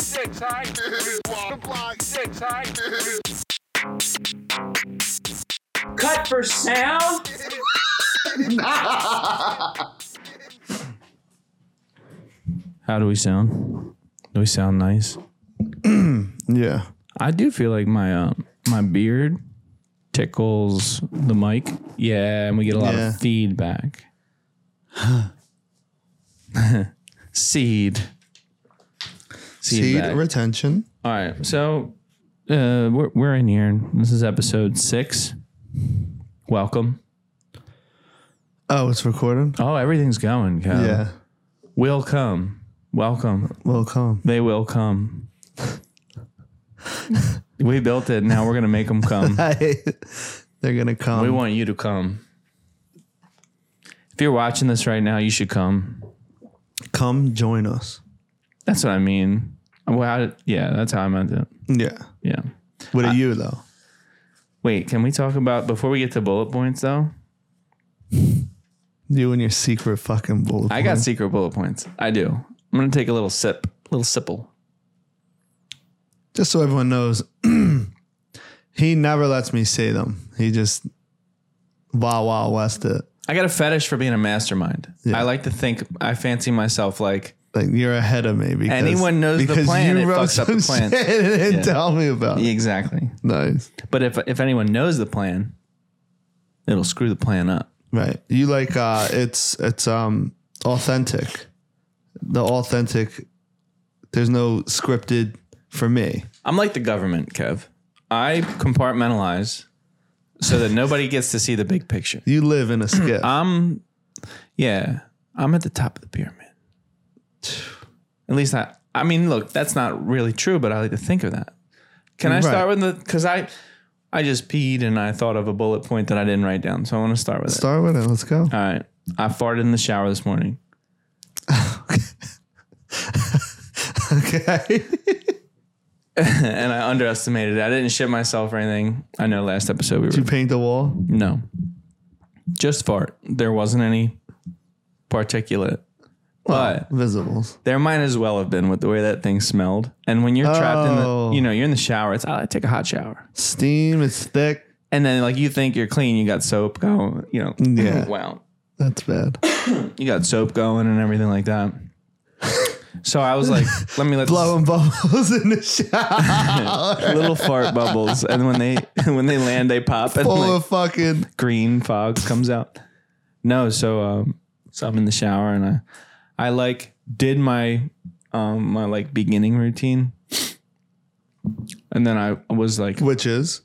Six high. Block, block. Six high. Cut for sound? How do we sound? Do we sound nice? Yeah. I do feel like my uh, my beard tickles the mic. Yeah, and we get a lot Yeah. of feedback. Seed. Seed Feedback. retention. All right, so uh, we're we're in here. This is episode six. Welcome. Oh, it's recording? Oh, everything's going. Cal. yeah. will come. Welcome. Welcome. They will come. we built it. Now we're gonna make them come. They're going to come. We want you to come. If you're watching this right now, you should come. come join us. That's what I mean. Well, I, yeah, that's how I meant it. Yeah. Yeah. What are you, though? Wait, can we talk about before we get to bullet points though? You and your secret fucking bullet. I got secret bullet points. I do. I'm gonna take a little sip, little sipple. Just so everyone knows, he never lets me say them. He just wow, wow, west it. I got a fetish for being a mastermind. Yeah. I like to think. I fancy myself like Like you're ahead of me because Anyone knows the because plan, you it wrote fucks up the some plan. shit and didn't Yeah. tell me about. it. exactly. Nice, But if if anyone knows the plan, it'll screw the plan up. right? You like uh, it's it's um authentic, the authentic. There's no scripted for me. I'm like the government, Kev. I compartmentalize so that nobody gets to see the big picture. You live in a skip. I'm, yeah, I'm at the top of the pyramid. At least I, I mean, look, that's not really true, but I like to think of that. Can I Right. start with the, cause I, I just peed and I thought of a bullet point that I didn't write down. So I want to start with it. Start with it. Let's go. All right. I farted in the shower this morning. Okay. and I underestimated it. I didn't shit myself or anything. I know last episode we were you paint the wall. no, just fart. There wasn't any particulate, but Visibles. there might as well have been with the way that thing smelled. And when you're trapped in Oh. the, you know, you're in the shower. It's I take a hot shower, Steam. It's thick. and then like you think you're clean. You got soap going. You know, Yeah. wow. That's bad. You got soap going and everything like that. So I was like, let me let this- Blowing bubbles in the shower. little fart bubbles, and when they when they land, they pop. And like, Full of fucking. green fog comes out. No, so um, so I'm in the shower and I, I like did my, um, my like beginning routine, and then I was like, Witches.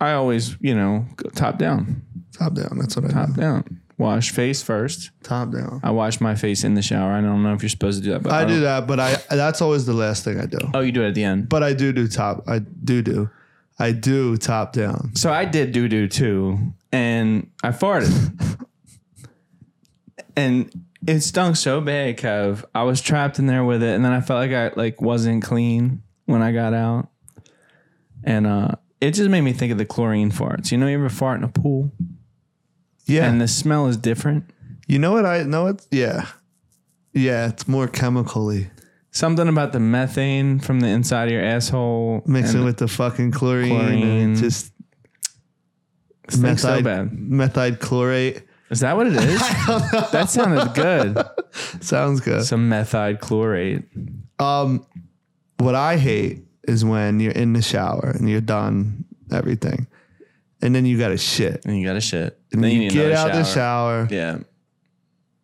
I always you know go top down, Top down. That's what I top know. down, wash face first. Top down. I wash my face in the shower. I don't know if you're supposed to do that, but I don't- do that, but I that's always the last thing I do. Oh, you do it at the end. But I do do top. I do do. I do top down. So I did doo doo too, and I farted, and it stunk so bad, Kev. I was trapped in there with it, and then I felt like I like wasn't clean when I got out, and uh, it just made me think of the chlorine farts. You know, you ever fart in a pool, Yeah. and the smell is different. you know what I know? It's yeah. Yeah. It's more chemically Something about the methane from the inside of your asshole mixing and with the fucking chlorine, Chlorine. and just it stinks so methide- bad. methyl chlorate. Is that what it is? that sounded good. Sounds good. Some methide chlorate. Um, what I hate is when you're in the shower and you're done everything, and then you got to shit. And you got to shit. And then you, need get another out the shower, Yeah.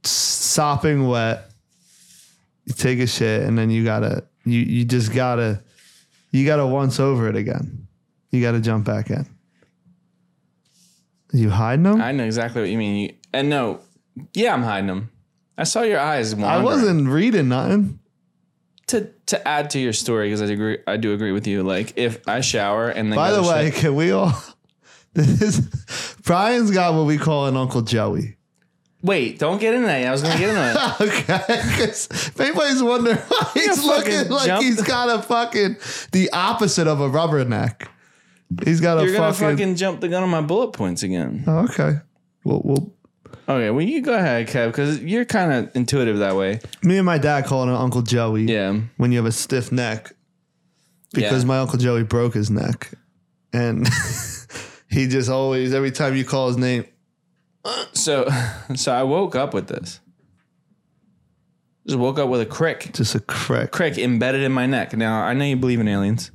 sopping wet. You take a shit, and then you gotta you you just gotta you gotta once over it again. You gotta jump back in. You hiding them? I, I know exactly what you mean. You- And no, yeah, I'm hiding them. I saw your eyes. wandering. wasn't reading nothing. To to add to your story because I agree. I do agree with you. Like if I shower and then By go the to way, shit- can we all? This is Brian's got what we call an Uncle Joey. wait, don't get in that. I was gonna get in that. Okay, because anybody's wondering why he's fucking looking like jump- he's got a fucking the opposite of a rubber neck. He's got a You're gonna fucking, fucking jump the gun on my bullet points again. Oh, okay. Well, well, Okay, well you go ahead, Kev, because you're kind of intuitive that way. Me and my dad call it an Uncle Joey Yeah. when you have a stiff neck because Yeah. my Uncle Joey broke his neck. And he just always, every time you call his name, So, so I woke up with this. Just woke up with a crick, just a crack. crick embedded in my neck. Now I know you believe in aliens,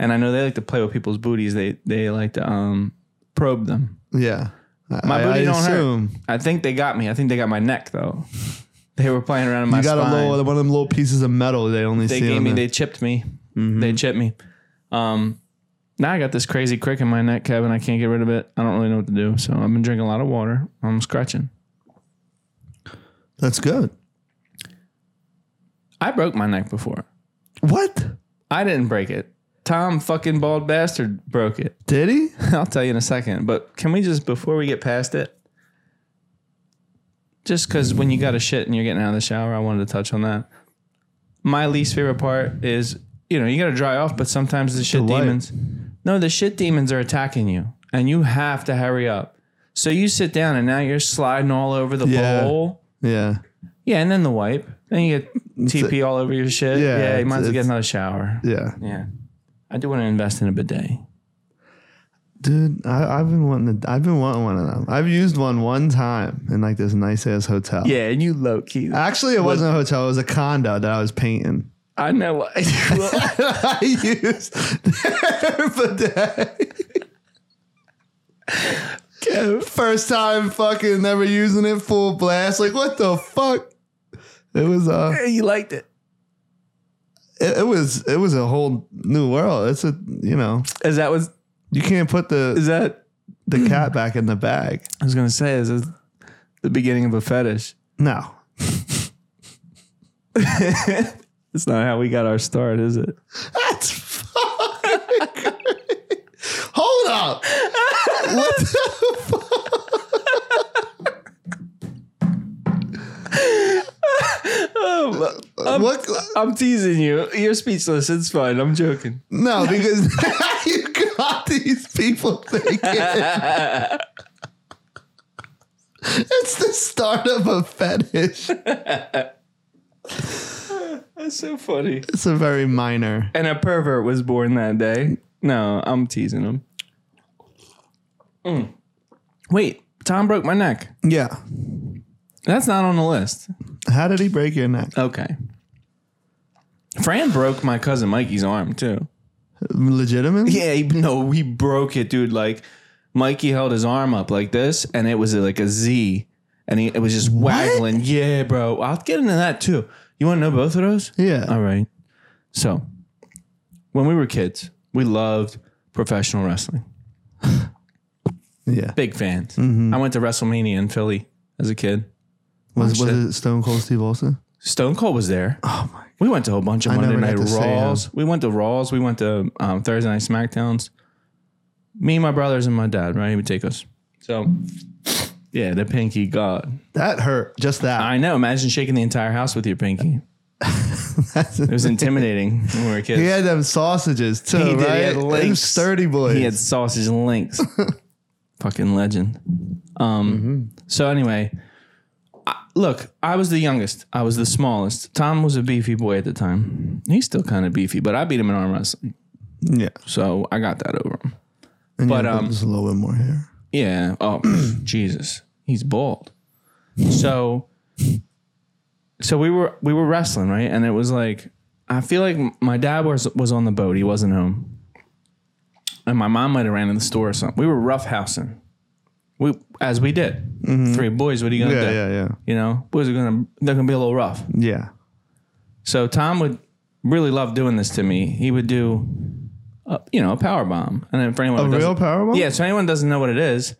and I know they like to play with people's booties. They they like to um probe them. Yeah. My I, booty I don't hurt. assume I think they got me. I think they got my neck though. They were playing around in my You got spine. a little, one of them little pieces of metal they only they see gave on me. the- They chipped me. Mm-hmm. They chipped me. Um, now I got this crazy crick in my neck, Kevin. I can't get rid of it. I don't really know what to do. So I've been drinking a lot of water. I'm scratching. That's good. I broke my neck before. What? I didn't break it. Tom fucking bald bastard broke it. Did he? I'll tell you in a second. But can we just before we get past it? Just because when you got a shit and you're getting out of the shower, I wanted to touch on that. My least favorite part is you know you got to dry off, but sometimes the shit wipe. demons. No, the shit demons are attacking you, and you have to hurry up. So you sit down, and now you're sliding all over the Yeah. bowl. Yeah. Yeah, and then the wipe. Then you get TP all over your shit. Yeah, Yeah, you might it's- as well get it's- another shower. Yeah. Yeah. I do want to invest in a bidet. Dude, I, I've been wanting to, I've been wanting one of them. I've used one one time in like this nice ass hotel. Yeah, and you low key. I, Actually, it wasn't a hotel. It was a condo that I was painting. know what. I I used their bidet. First time fucking never using it full blast. Like what the fuck? It was uh do. you liked it. it, it was it was a whole new world. It's a you know Is that was you can't put the is that? the cat back in the bag. I was gonna say is this the beginning of a fetish. No, It's not how we got our start, is it? that's fucking great. Hold up. What the fuck? What? Oh, I'm teasing you. You're speechless. It's fine. I'm joking. No, because you got these people thinking it's the start of a fetish. That's so funny. It's a very minor. And a pervert was born that day. No, I'm teasing him. Mm. Wait, Tom broke my neck. Yeah. That's not on the list. How did he break your neck? Okay. Fran broke my cousin Mikey's arm too. Legitimate? Yeah, he, no, he broke it, dude. Like Mikey held his arm up like this, and it was like a Z, and he, it was just waggling. Yeah, bro. I'll get into that too. You want to know both of those? Yeah. All right. So, when we were kids, we loved professional wrestling. Yeah. Big fans. I went to WrestleMania in Philly as a kid. Was, Watch was it Stone Cold Steve Austin? Stone Cold was there. Oh my! We went to a whole bunch of I Monday never Night got to see him. Raws. We went to Raws. We went to um, Thursday Night Smackdowns. Me, my brothers, and my dad. Right, he would take us. So, yeah, the pinky god. That hurt. Just that. I know. Imagine shaking the entire house with your pinky. That's- It was intimidating when we were kids. he had them sausages too, He did. He right? had Them links. sturdy boys. He had sausage links. Fucking legend. Um, Mm-hmm. So anyway, I, look, I was the youngest. I was the smallest. Tom was a beefy boy at the time. He's still kind of beefy, but I beat him in arm wrestling, yeah. so I got that over him. And But, but um, just a little bit more hair. Yeah. Oh, Jesus. He's bald. So, so we were we were wrestling right, and it was like I feel like my dad was was on the boat. He wasn't home, and my mom might have ran in the store or something. We were roughhousing, we as we did. Three boys. What are you gonna Mm-hmm. Yeah, do? yeah, yeah. You know, boys are gonna they're gonna be a little rough. Yeah. So Tom would really love doing this to me. He would do, uh, you know, a power bomb, and then for anyone A who doesn't- real power bomb? yeah, so anyone doesn't know what it is.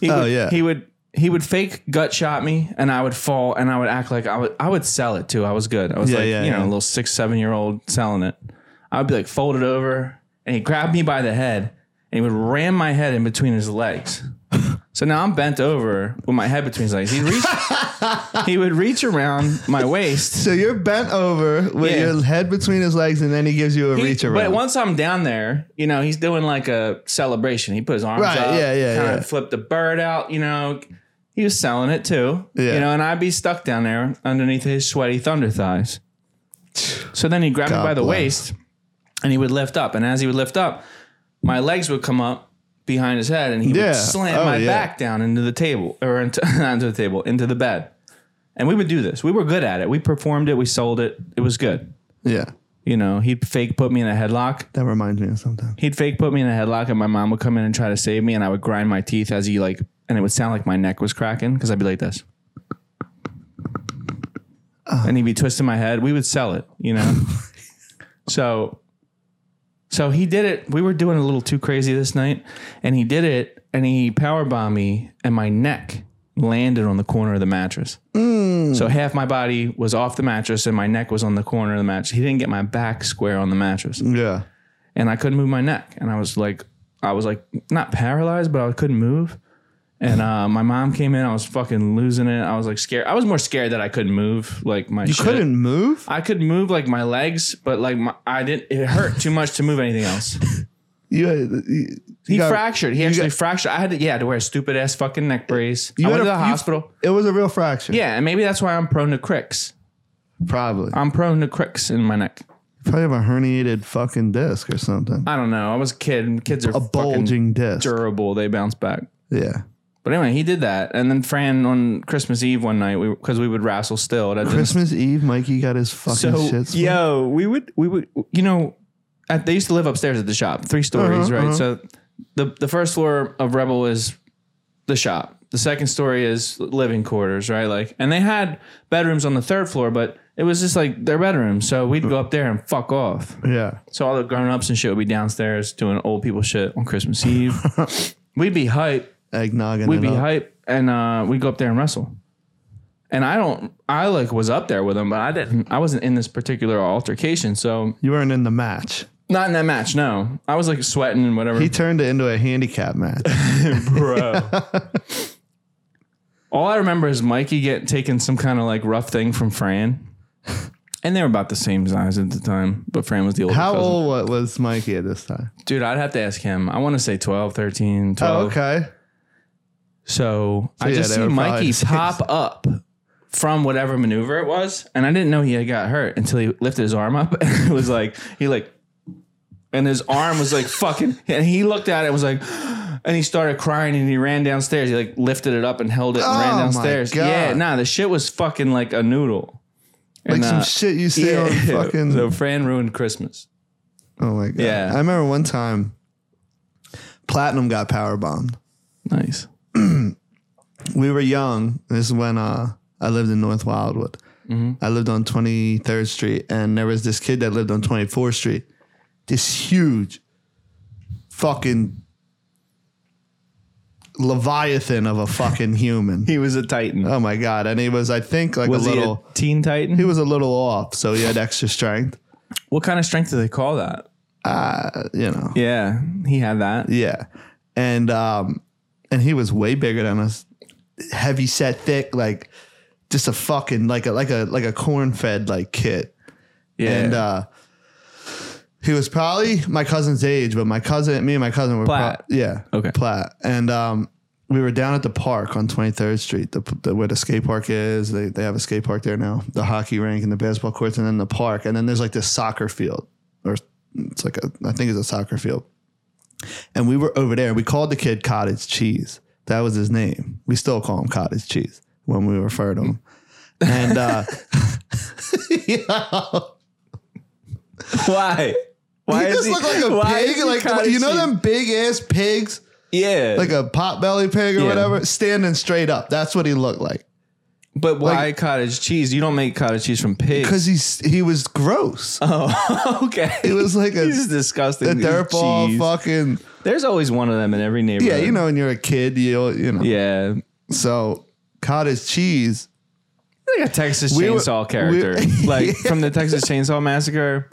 He Oh, would, yeah. He would he would fake gut shot me, and I would fall, and I would act like I would I would sell it too. I was good. I was Yeah, like yeah, you know yeah. a little six seven year old selling it. I would be like folded over, and he grabbed me by the head, and he would ram my head in between his legs. So now I'm bent over with my head between his legs. He reached, he would reach around my waist. So you're bent over with Yeah. your head between his legs, and then he gives you a He- reach around. But once I'm down there, you know, he's doing like a celebration. He put his arms Right, up, yeah, yeah, kind yeah. of flipped the bird out, you know, he was selling it too. Yeah. You know, and I'd be stuck down there underneath his sweaty thunder thighs. So then he'd grab me God by the bless. waist and he would lift up. And as he would lift up, my legs would come up behind his head and he Yeah. would slam Oh, my yeah. back down into the table or into, not into the table, into the bed. And we would do this. We were good at it. We performed it. We sold it. It was good. Yeah. You know, he'd fake put me in a headlock. That reminds me of something. He'd fake put me in a headlock, and my mom would come in and try to save me, and I would grind my teeth as he like, and it would sound like my neck was cracking because I'd be like this, and he'd be twisting my head. We would sell it, you know. so, so he did it. We were doing a little too crazy this night, and he did it, and he power bombed me, and my neck landed on the corner of the mattress. So half my body was off the mattress, and my neck was on the corner of the mattress. He didn't get my back square on the mattress Yeah. and I couldn't move my neck. And I was like, I was like not paralyzed, but I couldn't move. And uh, my mom came in. I was fucking losing it. I was like scared. I was more scared that I couldn't move. Like my You couldn't move? I could move like my legs, but like my, I didn't. It hurt too much to move anything else. You, had- you, He you got- fractured. He actually got- fractured. I had to yeah I had to wear a stupid ass fucking neck brace. I had went a- to the you- hospital. It was a real fracture. Yeah, Uh, and maybe that's why I'm prone to cricks. Probably. I'm prone to cricks in my neck. Probably have a herniated fucking disc or something. I don't know. I was a kid. and Kids are A fucking bulging disc. durable. They bounce back. Yeah. But anyway, he did that, and then Fran on Christmas Eve one night, we because we would wrestle still. at dinner. Christmas Eve, Mikey got his fucking so shit. split. yo, we would we would you know, at, they used to live upstairs at the shop, three stories, Uh-huh, right? uh-huh. So the the first floor of Rebel is the shop. The second story is living quarters, right? Like, and they had bedrooms on the third floor, but it was just like their bedroom. So we'd go up there and fuck off. Yeah. So all the grown ups and shit would be downstairs doing old people shit on Christmas Eve. we'd be hype Eggnogging we'd it be up. hype and uh, we'd go up there and wrestle. And I don't, I like was up there with him, but I didn't, I wasn't in this particular altercation. So You weren't in the match. not in that match. No, I was like sweating and whatever. He turned it into a handicap match. Bro. All I remember is Mikey get taking some kind of like rough thing from Fran. And they were about the same size at the time, but Fran was the older How cousin. old wa- was Mikey at this time? Dude, I'd have to ask him. I want to say 12, 13, 12. Oh, okay. So, I yeah, just they see were probably Mikey the same pop up from whatever maneuver it was, and I didn't know he had got hurt until he lifted his arm up and it was like he like and his arm was like fucking and he looked at it and was like and he started crying and he ran downstairs. He like lifted it up and held it and Oh, ran my downstairs. God. Yeah, nah, the shit was fucking like a noodle. Like And, some uh, shit you see on fucking. So Fran ruined Christmas. oh my god. Yeah. I remember one time, Platinum got power bombed. Nice. we were young. This is when uh, I lived in North Wildwood. Mm-hmm. I lived on 23rd Street, and there was this kid that lived on 24th Street. This huge fucking leviathan of a fucking human. He was a Titan. oh my god! And he was, I think, like was a he little. a Teen Titan? he was a little off, so he had extra strength. what kind of strength do they call that? Uh, you know, Yeah, he had that. Yeah. And um and he was way bigger than us. Heavy set, thick, like just a fucking like a like a like a corn fed like kid. Yeah. And uh he was probably my cousin's age, but my cousin me and my cousin were Platt. pro- yeah. Okay. Platt. And um we were down at the park on 23rd Street, the, the where the skate park is. They, they have a skate park there now, the hockey rink and the basketball courts, and then the park. And then there's like this soccer field, or it's like a, I think it's a soccer field and we were over there. We called the kid Cottage Cheese. That was his name. We still call him Cottage Cheese when we refer to him. And uh, Why? Why he is just looked like a why is pig, he like cottage you know cheese? them big ass pigs, Yeah. like a potbelly pig or Yeah. whatever, standing straight up. That's what he looked like. but why cottage cheese? You don't make cottage cheese from pigs. Because he's he was gross. oh, okay. He was like this is a, disgusting. a This is dirt ball cheese. fucking There's always one of them in every neighborhood. yeah. You know, when you're a kid, you you know. Yeah. So cottage cheese. Like a Texas We were- Chainsaw we- character, like from the Texas Chainsaw Massacre.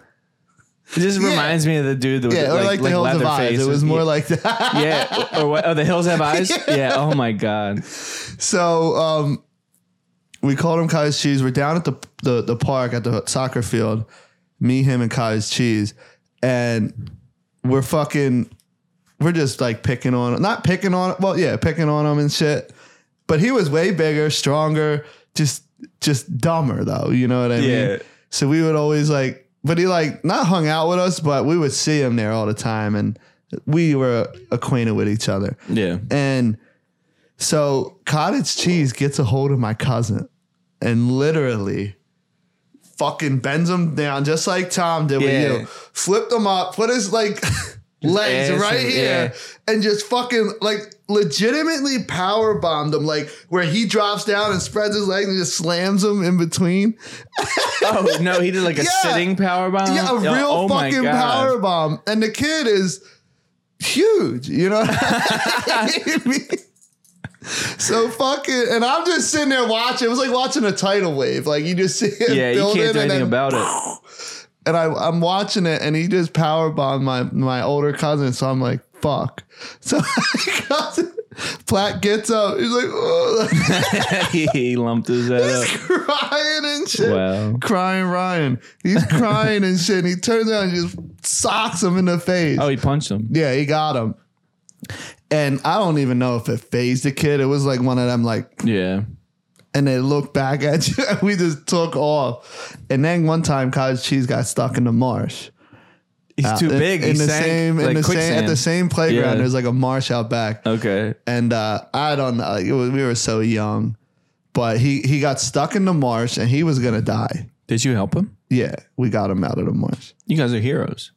It just reminds me of the dude that was Yeah, or like, like, the hills leather of eyes. It was more like that. yeah, or what? Oh, the hills have eyes. Yeah. Oh my god. So um, we called him Cottage Cheese. We're down at the, the the park at the soccer field. Me, him, and Cottage Cheese, and we're fucking, we're just like picking on, not picking on, well, yeah, picking on him and shit. But he was way bigger, stronger, just just dumber though. You know what I Yeah. mean? So we would always like, but he like not hung out with us, but we would see him there all the time, and we were acquainted with each other. Yeah. And so cottage cheese gets a hold of my cousin and literally fucking bends him down just like Tom did Yeah. with you. Flipped him up, put his like legs ass right in- here, and just fucking like legitimately power bombed him, like where he drops down and spreads his legs and just slams him in between. Oh no, he did like a Yeah. sitting power bomb. Yeah, a Oh, real oh my fucking God. power bomb. And the kid is huge, you know. so fucking, and I'm just sitting there watching. It was like watching a tidal wave. Like you just see it Yeah, you building, can't do and anything then- about it. And I, I'm watching it, and he just power bombed my my older cousin. So I'm like, fuck. So my cousin Platt gets up. He's like, "Ugh," like, he lumped his head up. crying and shit Wow. crying Ryan. He's crying and shit. And he turns around and just socks him in the face. Oh, he punched him. Yeah, he got him. And I don't even know if it phased the kid. It was like one of them, like, Yeah. and they look back at you. And we just took off. And then one time, Cottage Cheese got stuck in the marsh. He's too Uh, In- big. In, he the sank same, like in the same, quicksand. at the same playground. Yeah. There's like a marsh out back. Okay. and uh, I don't know. Like, it was, we were so young, but he he got stuck in the marsh and he was gonna die. Did you help him? Yeah, we got him out of the marsh. You guys are heroes.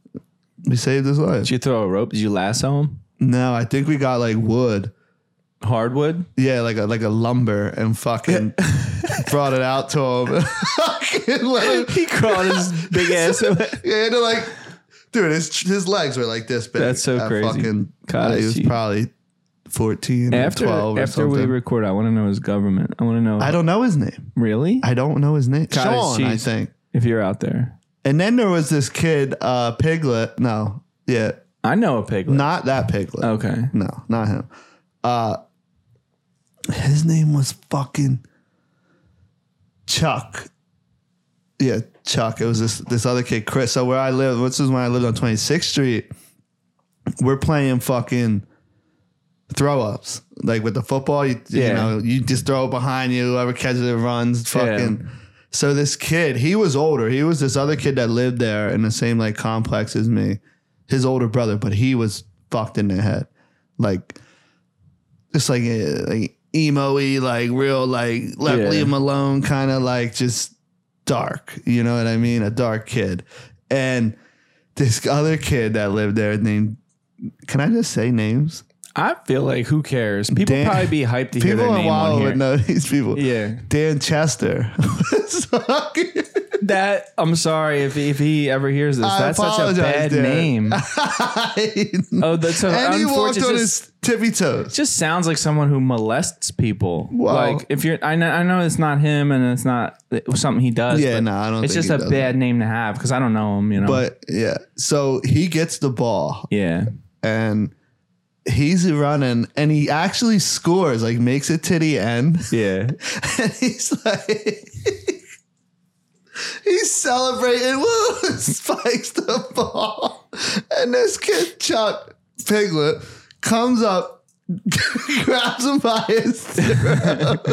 We saved his life. Did you throw a rope? Did you lasso him? No, I think we got like wood. Hardwood? Yeah, like a like a lumber and fucking brought it out to him. fucking let him. He crawled his big ass. Yeah, and like, dude, his his legs were like this big. That's so I crazy. Fucking, God, he was geez. probably fourteen After or twelve or after we something. record, I want to know his government. I want to know I don't know his name. really I don't know his name. Cottage Sean, I cheese. think. if you're out there. And then there was this kid, uh, Piglet. No, yeah, I know a piglet. not that Piglet. okay. No, not him. Uh, his name was fucking Chuck. Yeah, Chuck. It was this this other kid, Chris. So where I live, this is when I lived on 26th Street. We're playing fucking throw ups, like with the football. You, you Yeah. know, you just throw it behind you. Whoever catches it runs. Fucking. So this kid, he was older. He was this other kid that lived there in the same like complex as me, his older brother, but he was fucked in the head, like just like a, like emo-y, like real like let Yeah. leave him alone kind of like just dark. You know what I mean? A dark kid, and this other kid that lived there named. Can I just say names? I feel like who cares? People Dan- probably be hyped to hear their People in name on Wawa here. would know these people. Yeah. Dan Chester. was fucking- That I'm sorry if if he ever hears this. I That's such a bad apologize, Dan. name. Oh, that's so and he walked unfortunate. on Just, his tippy toes. just sounds like someone who molests people. Wow. Like if you're, I know, I know it's not him, and it's not something he does. Yeah, but no, I don't It's think just he a does bad name to have because I don't know him. You know, But yeah, so he gets the ball yeah, and he's running and he actually scores, like makes it to the end. yeah. And he's like, he's celebrating. Woo! Spikes the ball. And this kid, Chuck Piglet, comes up, grabs him by his throat.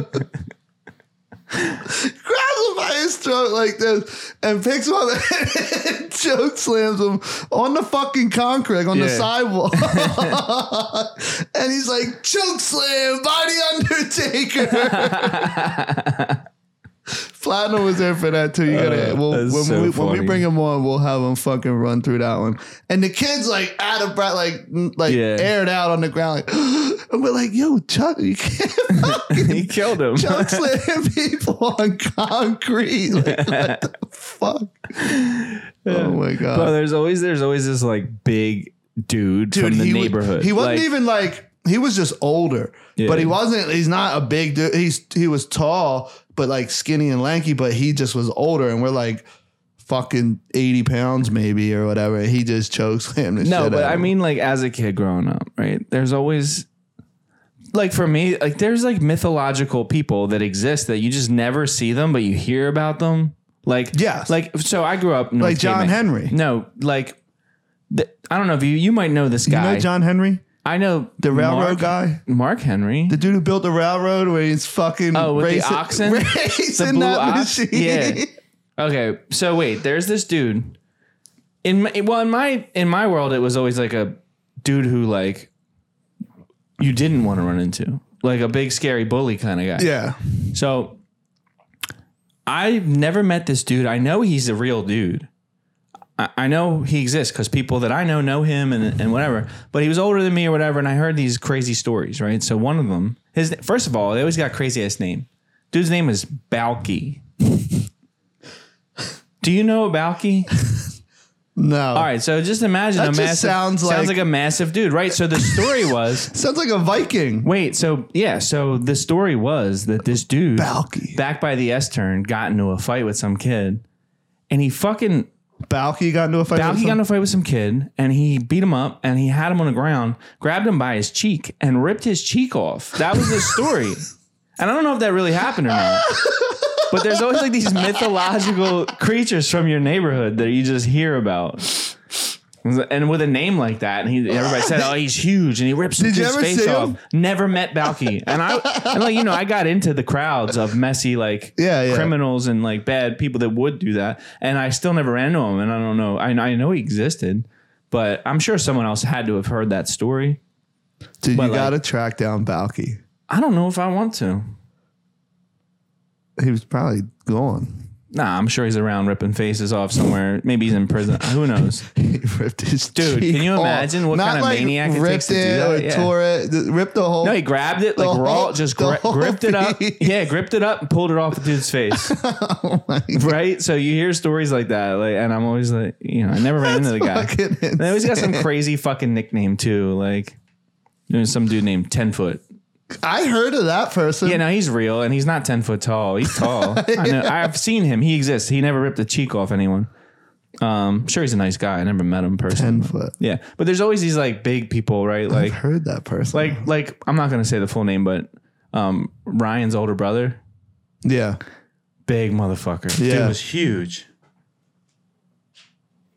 grabs him by his throat like this and picks him up and choke slams him on the fucking concrete on the Yeah. sidewalk. and he's like, choke slam by the Undertaker. Platinum was there for that too. You gotta. Uh, we'll, when, that's so we, when we funny. bring him on, we'll have him fucking run through that one. And the kid's like out of breath, like mm, like Yeah. aired out on the ground, like. And we're like, yo, Chuck, you can't he killed him. Chuck slam people on concrete. Like, what the fuck? Oh my god, But there's always there's always this like big dude, from the he was- neighborhood. he wasn't Like, even like he was just older, Yeah. but he wasn't. He's not a big dude. He's he was tall, but like skinny and lanky. But he just was older, and we're like fucking eighty pounds maybe or whatever. And he just chokes him. The No, shit but out of I him. mean, like as a kid growing up, right? There's always like for me, like there's like mythological people that exist that you just never see them, but you hear about them. Like Yes. like so I grew up in like North John Caveman. Henry. No, like th- I don't know if you you might know this You guy. know John Henry? I know The railroad Mark, guy, Mark Henry. the dude who built the railroad, where he's fucking Oh, with the racing, oxen? The racing blue that ox? machine. Yeah. okay, so wait, there's this dude. In my, well, in my in my world, it was always like a dude who like you didn't want to run into, like a big scary bully kind of guy. yeah, So I've never met this dude. I know he's a real dude. I, I know he exists because people that I know know him and, and whatever. But he was older than me or whatever, and I heard these crazy stories, right? So one of them, his first of all, they always got a crazy ass name. Dude's name is Balky. Do you know Balky? no, All right, so just imagine That a just massive sounds like- sounds like a massive dude, right? So the story was sounds like a Viking. wait, so yeah, so the story was that this dude Balky, back by the S turn, got into a fight with some kid, and he fucking Balky got into a fight. with Balky got some- into a fight with some kid, and he beat him up, and he had him on the ground, grabbed him by his cheek, and ripped his cheek off. That was the story, and I don't know if that really happened or not. But there's always like these mythological creatures from your neighborhood that you just hear about. And with a name like that, and he, everybody said, "Oh, he's huge," and he rips Did you his ever face see off. him? Never met Balky, and I, and like you know, I got into the crowds of messy like Yeah, yeah. criminals and like bad people that would do that, and I still never ran into him, and I don't know. I, I know he existed, but I'm sure someone else had to have heard that story. Dude, you but, like- gotta track down Balky. I don't know if I want to. He was probably gone. Nah, I'm sure he's around ripping faces off somewhere. Maybe he's in prison. Who knows? He ripped his Dude, cheek can you off. imagine what Not kind of like maniac it ripped takes to do it that? or Yeah. tore it, th- ripped the whole. No, he grabbed it The like raw, whole- just the gra- whole gripped it up. piece. Oh Yeah, gripped it up and pulled it off the dude's face. Right? So you hear stories like that, like, and I'm always like, you know, I never ran into the guy. fucking They always got some insane. crazy fucking nickname too, like you know, some dude named Ten Foot. I heard of that person. Yeah, no, he's real, and he's not ten foot tall. He's tall. I know. I've seen him. He exists. He never ripped a cheek off anyone. Um, sure, he's a nice guy. I never met him personally. Ten foot. Yeah, but there's always these like big people, right? Like, I've heard that person. like, like. I'm not gonna say the full name, but um, Ryan's older brother, yeah, big motherfucker. Yeah. Dude was huge.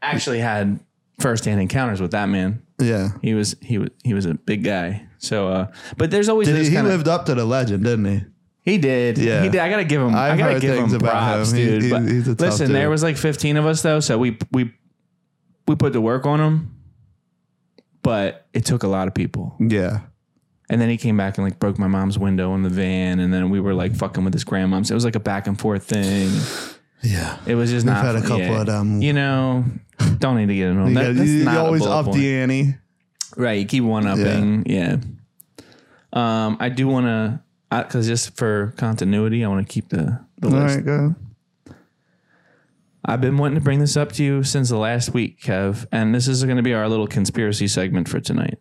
Actually, had firsthand encounters with that man. yeah. He was he was he was a big guy. So, uh, but there's always Did this he, he kind of lived up to the legend, didn't he? He did. Yeah. He did. I gotta give him. i I've gotta heard give things him about props, him. He- dude. he- but he's a tough listen, there dude. was like 15 of us though, so we we we put the work on him, but it took a lot of people. Yeah. And then he came back and like broke my mom's window in the van, and then we were like fucking with his grandmom. So it was like a back and forth thing. Yeah. It was just We've not had a fun. couple of them. You know, don't need to get into them. You, That, gotta- that's you- you not a always bullet up point. the ante. Right, you keep one upping. Yeah. Um, I do want to, because just for continuity, I want to keep the, the All list. right, go. ahead. I've been wanting to bring this up to you since the last week, Kev, and this is going to be our little conspiracy segment for tonight.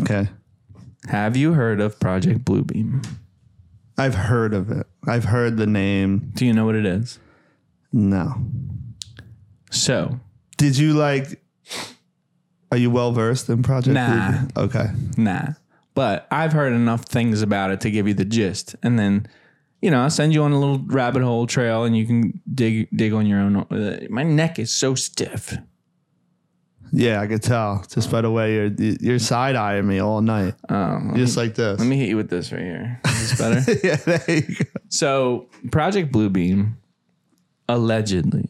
Okay. Have you heard of Project Bluebeam? I've heard of it. I've heard the name. Do you know what it is? No. So, Did you like? Are you well versed in Project? Nah. Bluebeam? Okay. nah, but I've heard enough things about it to give you the gist, and then you know I'll send you on a little rabbit hole trail, and you can dig dig on your own. uh, My neck is so stiff. Yeah, I could tell just by the way you're you're side eyeing me all night, Um, just like this. let me hit you with this right here. Is this better? yeah, there you go. So Project Bluebeam allegedly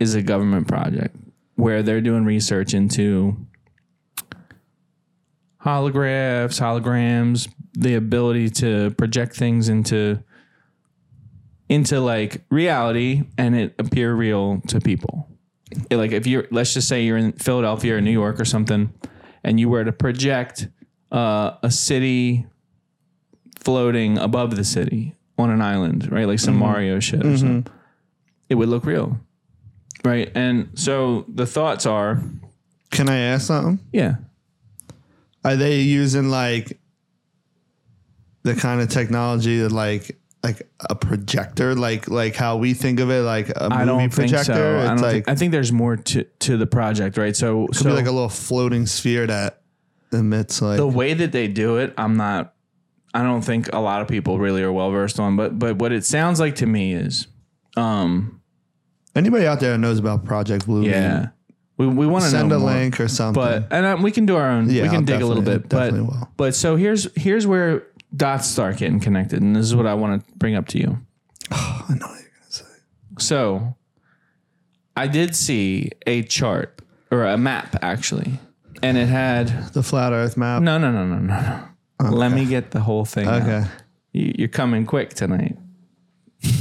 is a government project where they're doing research into holographs, holograms, the ability to project things into into like reality and it appear real to people. It, like if you're let's just say you're in Philadelphia or New York or something and you were to project uh, a city floating above the city on an island, right? Like some Mm-hmm. Mario shit or something. It would look real. Right? And so the thoughts are, Can I ask something? yeah. Are they using like the kind of technology that like like a projector, like like how we think of it, like a movie I don't projector? think so. I, It's don't like think, I think there's more to, to the project, right? So, it'd so be like a little floating sphere that emits like the way that they do it, I'm not I don't think a lot of people really are well versed on, but but what it sounds like to me is um anybody out there that knows about Project Blue. yeah. We, we want to Send know a more, link or something. but and um, we can do our own. Yeah, we can I'll dig a little definitely- bit, but definitely will. but so here's here's where dots start getting connected, and this is what I want to bring up to you. I know what you're gonna say. So I did see a chart or a map actually, and it had The flat Earth map. no no no no no no. Let me get the whole thing. out. Okay, You- You're coming quick tonight.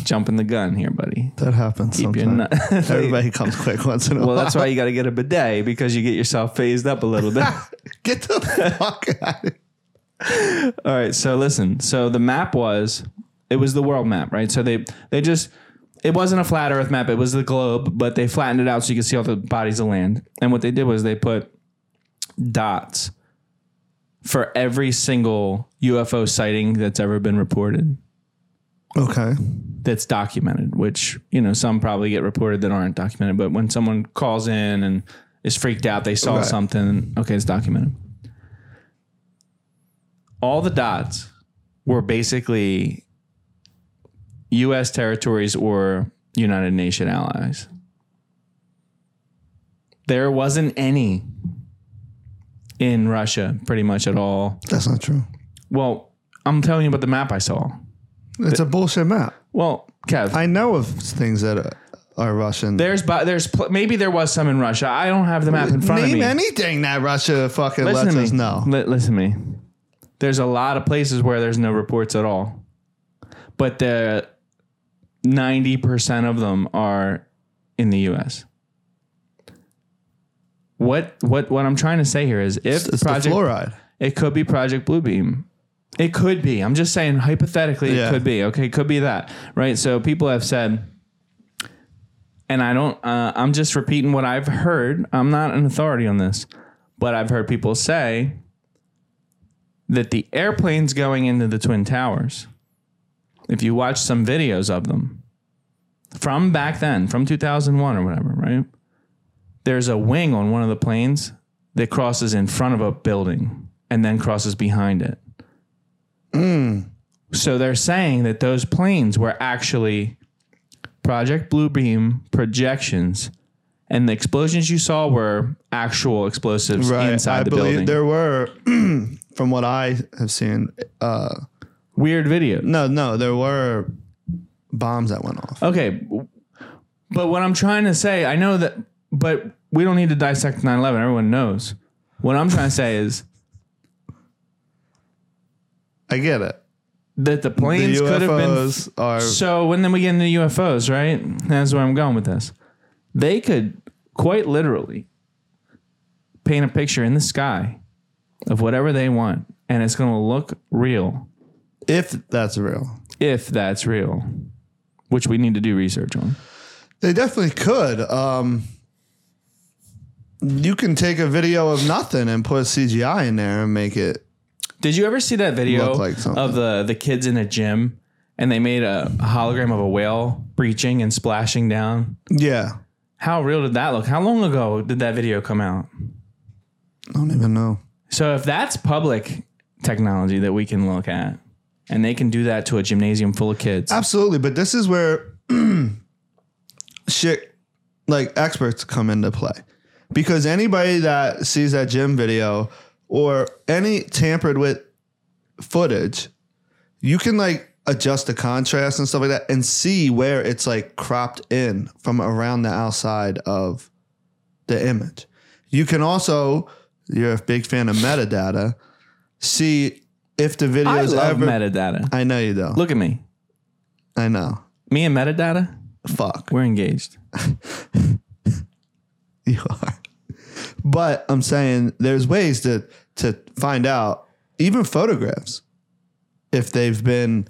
Jumping the gun here, buddy. that happens You're sometimes. not- Everybody comes quick once in a well, while. that's why you got to get a bidet because you get yourself phased up a little bit. Get the fuck out of here. All right, so listen. So the map was it was the world map, right? So they they just it wasn't a flat earth map, it was the globe, but they flattened it out so you could see all the bodies of land. And what they did was they put dots for every single UFO sighting that's ever been reported Okay. that's documented, which, you know, some probably get reported that aren't documented, but when someone calls in and is freaked out, they saw Right. something, okay, it's documented. All the dots were basically US territories or United Nation allies. There wasn't any in Russia pretty much at all. That's not true. Well, I'm telling you about the map I saw. It's a bullshit map. Well, Kev, I know of things that are, are Russian. There's bu- there's pl- maybe there was some in Russia. I don't have the map in front Name of me. anything that Russia fucking listen lets to me. us know. Li- listen to me. There's a lot of places where there's no reports at all, but the ninety percent of them are in the U.S. What what what I'm trying to say here is if It's the Project fluoride. it could be Project Bluebeam. It could be. I'm just saying hypothetically Yeah. it could be. Okay, it could be that. Right? So people have said and I don't uh, I'm just repeating what I've heard. I'm not an authority on this, but I've heard people say that the airplanes going into the twin towers if you watch some videos of them from back then, from 2001 or whatever, right? There's a wing on one of the planes that crosses in front of a building and then crosses behind it. Hmm. So they're saying that those planes were actually Project Bluebeam projections, and the explosions you saw were actual explosives Right. inside I the building. believe there were, from what I have seen, uh, Weird video. no, no, there were bombs that went off. Okay. But what I'm trying to say, I know that, but we don't need to dissect 9 11. Everyone knows. What I'm trying to say is I get it. that the The planes could have been. UFOs are So, when then we get into UFOs, right? That's where I'm going with this. They could quite literally paint a picture in the sky of whatever they want, and it's going to look real if that's real. if that's real, which we need to do research on. They definitely could. Um, you can take a video of nothing and put CGI in there and make it Did you ever see that video Look like something. of the the kids in a gym and they made a hologram of a whale breaching and splashing down? Yeah. How real did that look? How long ago did that video come out? I don't even know. So if that's public technology that we can look at and they can do that to a gymnasium full of kids. Absolutely. But this is where shit, like experts come into play. Because anybody that sees that gym video or any tampered with footage, you can like adjust the contrast and stuff like that and see where it's like cropped in from around the outside of the image. You can also, you're a big fan of metadata, see if the I videos love ever. metadata. I know you do. Look at me. I know. Me and metadata, Fuck. we're engaged. You are. But I'm saying there's ways to to find out even photographs if they've been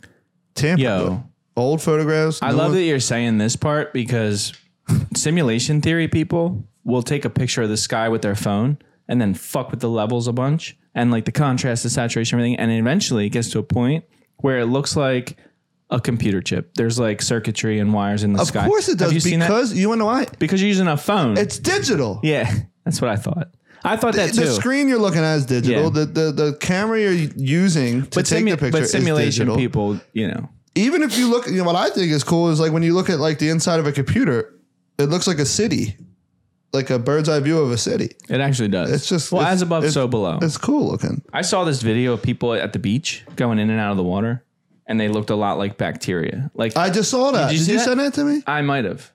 tampered Yo. with. Old photographs. I no love one- that you're saying this part because simulation theory people will take a picture of the sky with their phone and then fuck with the levels a bunch and like the contrast, the saturation, everything. And eventually it gets to a point where it looks like a computer chip. There's like circuitry and wires in the Of sky. course it Have you does seen that? because you know why? Because you're using a phone. It's digital. yeah, that's what I thought. I thought that The too. screen you're looking at is digital. Yeah. The, the the camera you're using to but, take simu- the picture but is simulation digital. people, you know. Even if you look, you know what I think is cool is like when you look at like the inside of a computer, it looks like a city. like a bird's eye view of a city. It actually does. It's just- well, it's- as above, it's- so below. It's cool looking. I saw this video of people at the beach going in and out of the water, and they looked a lot like bacteria. Like I, I just saw that. you Did you, see that? send that to me? might have,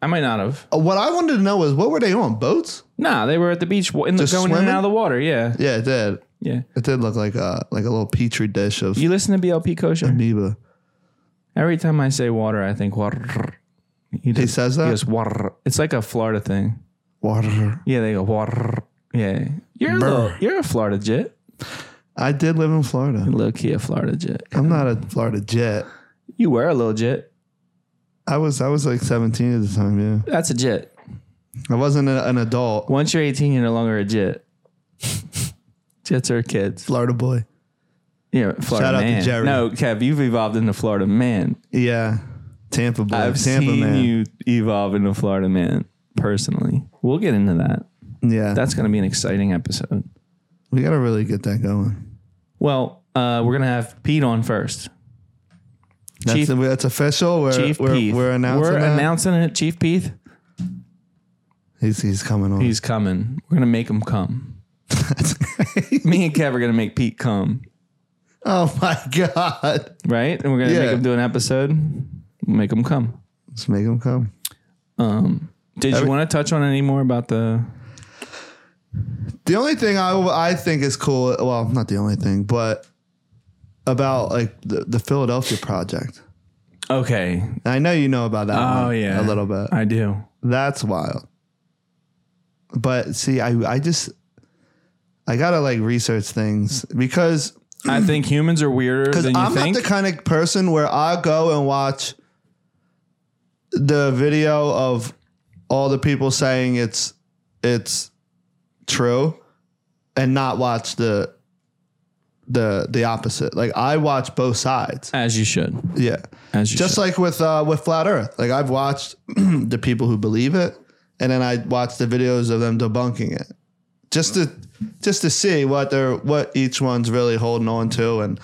I might not have. Uh, What I wanted to know was what were they on boats? Nah, they were at the beach, wa- in the, Just going in and swimming? out of the water. Yeah, Yeah, it did. yeah. It did look like a like a little petri dish of You listen to BLP kosher. amoeba. Every time I say water, I think water. He, He does, says he that goes water. It's like a Florida thing. water. Yeah, they go water. Yeah, you're a Brr. little, you're a Florida jet, I did live in Florida. low key a Florida jet. I'm not a Florida jet. You were a little jet. I was I was like 17 at the time. Yeah, That's a jet. I wasn't a, an adult. Once you're 18, you're no longer a jet. Jets are kids. Florida boy. Yeah, Florida Shout out to man. Jerry. No, Kev, you've evolved into Florida man. Yeah, Tampa boy. I've Tampa seen man. you evolve into Florida man personally. We'll get into that. Yeah, That's going to be an exciting episode. we gotta really get that going. Well, uh, we're going to have Pete on first. That's, Chief- that's official. We're Chief we're, Pete. we're announcing. We're that. announcing it. Chief Pete, he's he's coming on. he's coming. We're going to make him come. Me and Kev are going to make Pete come, oh my god! right? And we're going to make Yeah. him do an episode. Make him come. Let's make him come. Did you Every- want to touch on any more about the? The only thing I, I think is cool, well, not the only thing, but about like the, the Philadelphia project. Okay, I know you know about that. Oh, Oh yeah. a little bit. I do. That's wild. But see, I I just I gotta like research things because I think humans are weirder because than you I'm think. not the kind of person where I go and watch the video of all the people saying it's it's true and not watch the the the opposite. Like I watch both sides. as you should. Yeah. As you Just should. like with uh with flat earth. Like I've watched the people who believe it and then I watch the videos of them debunking it. Just to just to see what they're what each one's really holding on to and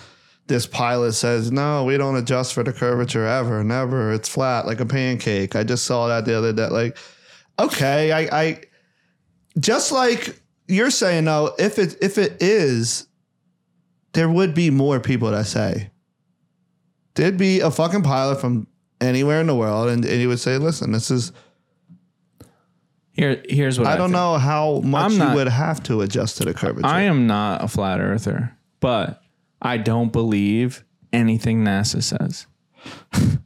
this pilot says, No, we don't adjust for the curvature ever, never. It's flat like a pancake. I just saw that the other day. Like, okay, I, I just like you're saying though, if it if it is, there would be more people that say. There'd be a fucking pilot from anywhere in the world and, and he would say, Listen, this is here. Here's what I, I don't think. know how much I'm you not- would have to adjust to the curvature. I am not a flat earther, but I don't believe anything NASA says.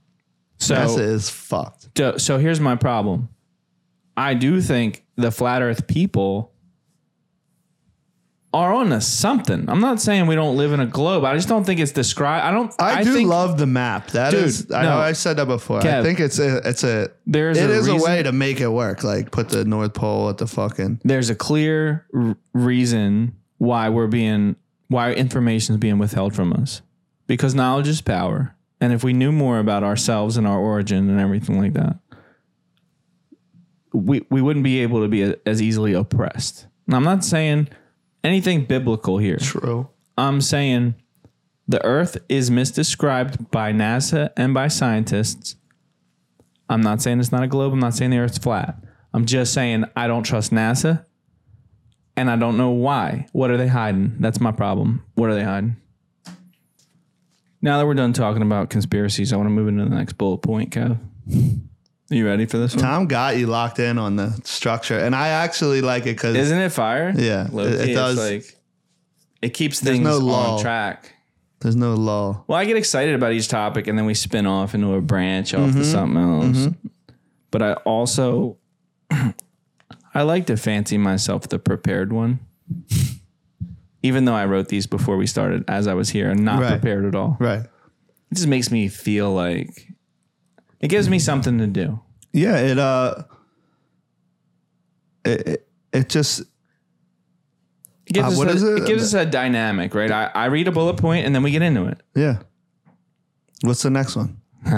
so NASA is fucked. Do- so here's my problem. I do think the flat earth people are on to something. I'm not saying we don't live in a globe. I just don't think it's described. I don't I, do think love the map. That Dude, is, I no. know I said that before. Kev. I think it's a, it's a, there's It a is a reason- way to make it work. Like put the North Pole at the fucking. there's a clear r- reason why we're being why information is being withheld from us because knowledge is power and if we knew more about ourselves and our origin and everything like that we we wouldn't be able to be a- as easily oppressed and i'm not saying anything biblical here True. i'm saying the earth is misdescribed by nasa and by scientists i'm not saying it's not a globe i'm not saying the earth's flat i'm just saying i don't trust nasa and I don't know why. What are they hiding? That's my problem. What are they hiding? Now that we're done talking about conspiracies, I want to move into the next bullet point, Kev. Are you ready for this one? Tom got you locked in on the structure, and I actually like it because Isn't it fire? Yeah, Low it- it key, does. It's like, it keeps things no lull. on track. there's no lull. Well, I get excited about each topic and then we spin off into a branch off Mm-hmm. to something else. But I also I like to fancy myself the prepared one. Even though I wrote these before we started as I was here and not Right. prepared at all. Right. It just makes me feel like it gives me something to do. Yeah. It uh. It it, it just It gives, Uh, us, what a, is it? it gives us a dynamic, right? I, I read a bullet point and then we get into it. yeah. What's the next one? You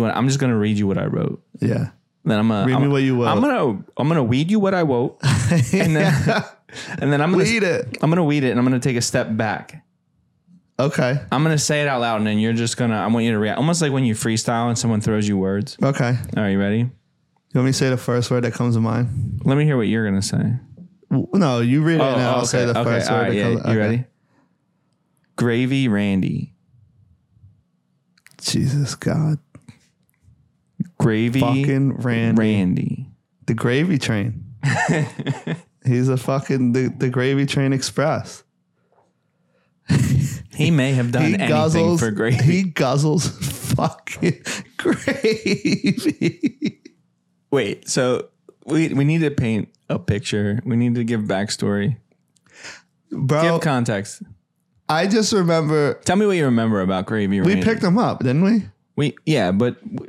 want I'm just gonna read you what I wrote. Yeah. Then I'm gonna Read me I'm- what you wrote. I'm gonna I'm gonna weed you what I wrote. and then and then I'm gonna Eat it. I'm gonna weed it and I'm gonna take a step back. Okay. I'm gonna say it out loud and then you're just gonna I want you to react almost like when you freestyle and someone throws you words. Okay. Are you ready? You want me to say the first word that comes to mind? Let me hear what you're gonna say. W- No, you read it and oh, I'll okay, say the okay, first word. all right, that yeah, comes, you okay. ready? Gravy Randy. Jesus God, Gravy fucking Randy, Randy. the gravy train. He's a fucking the, the gravy train express. He may have done He anything guzzles. for gravy. He guzzles fucking gravy. Wait, so we we need to paint a picture. We need to give backstory. Bro, Oh. Give context. I just remember Tell me what you remember about Gravy we Randy. picked him up, didn't we? we yeah, but we,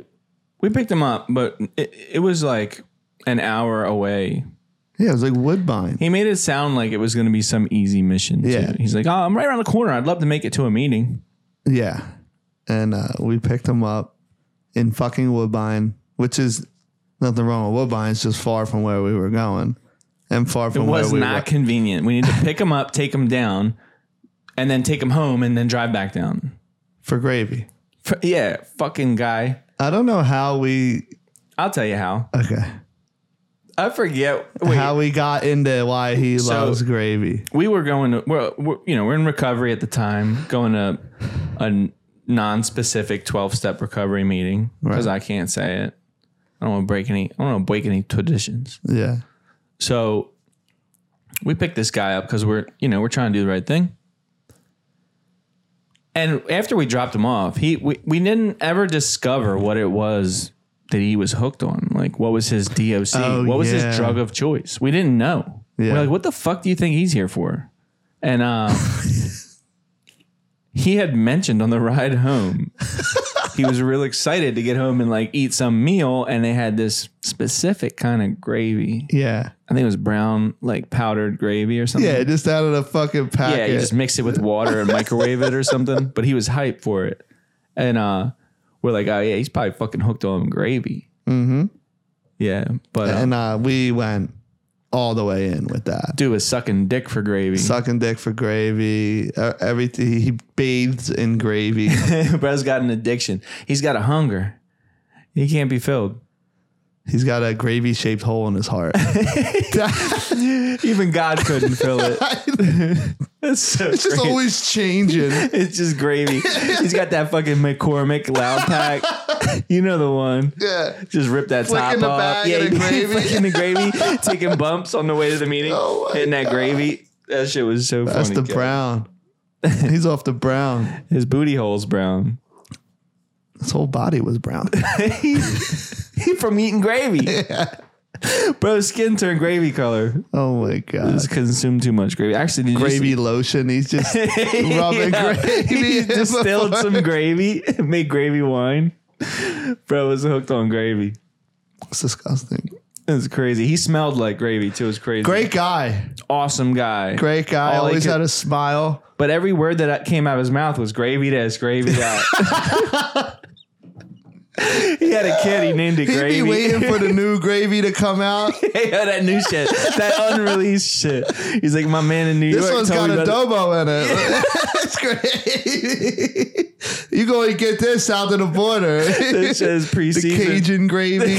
we picked him up, but it, it was like an hour away. Yeah, it was like Woodbine. He made it sound like it was going to be some easy mission. too. Yeah. he's like, oh, I'm right around the corner. I'd love to make it to a meeting. Yeah. And uh, we picked him up in fucking Woodbine, which is nothing wrong with Woodbine. It's just far from where we were going and far It from where was we not convenient. We need to pick him up, take him down, and then take him home, and then drive back down. were for gravy. F- yeah, fucking guy. I don't know how we. I'll tell you how. Okay. I forget. Wait, How we got into why he So- loves gravy. we were going to we're, we're you know we're in recovery at the time going to a non-specific 12-step recovery meeting because i can't say it i don't want to break any i don't want to break any traditions Yeah. so we picked this guy up because we're you know we're trying to do the right thing and after we dropped him off he we, we didn't ever discover what it was that he was hooked on like what was his doc Oh, what was yeah. his drug of choice we didn't know Yeah. we're like what the fuck do you think he's here for and uh he had mentioned on the ride home he was real excited to get home and like eat some meal and they had this specific kind of gravy Yeah. I think it was brown, like powdered gravy or something. Yeah. Just out of the fucking packet. yeah. You just mix it with water and microwave it or something. But he was hyped for it, and uh, we're like, oh yeah, he's probably fucking hooked on gravy. Mm-hmm. Yeah, but uh, and uh, we went all the way in with that. dude was sucking dick for gravy. Sucking dick for gravy. Uh, everything. He bathes in gravy. Brad's got an addiction. He's got a hunger. He can't be filled. He's got a gravy shaped hole in his heart. Even God couldn't fill it. That's so It's just crazy. always changing. It's just gravy. He's got that fucking McCormick loud pack. you know the one. Yeah. Just rip that top Flicking the off. bag yeah, in he- the gravy. flicking the gravy, taking bumps on the way to the meeting, Oh my hitting that gravy. That shit was so That's funny. the kid. brown. He's off the brown. His booty hole's brown. His whole body was brown. he from eating gravy. Bro's skin turned gravy color. Oh my god. Just consumed too much gravy. Actually, did Gravy you lotion. He's just see- rubbing gravy. He in distilled before. some gravy, made gravy wine. Bro was hooked on gravy. It's disgusting. It's crazy. He smelled like gravy too. It was crazy. Great guy. awesome guy. Great guy. All he Always could- had a smile. But every word that came out of his mouth was gravy this, gravy that. he had a kid. He named it He'd gravy. be waiting for the new gravy to come out. Hey, yo, that new shit, that unreleased shit. He's like, my man in New This York. one's told got me about it." adobo in it. it's great. you going to get this out of the border. This shit is the pre-season. Cajun gravy.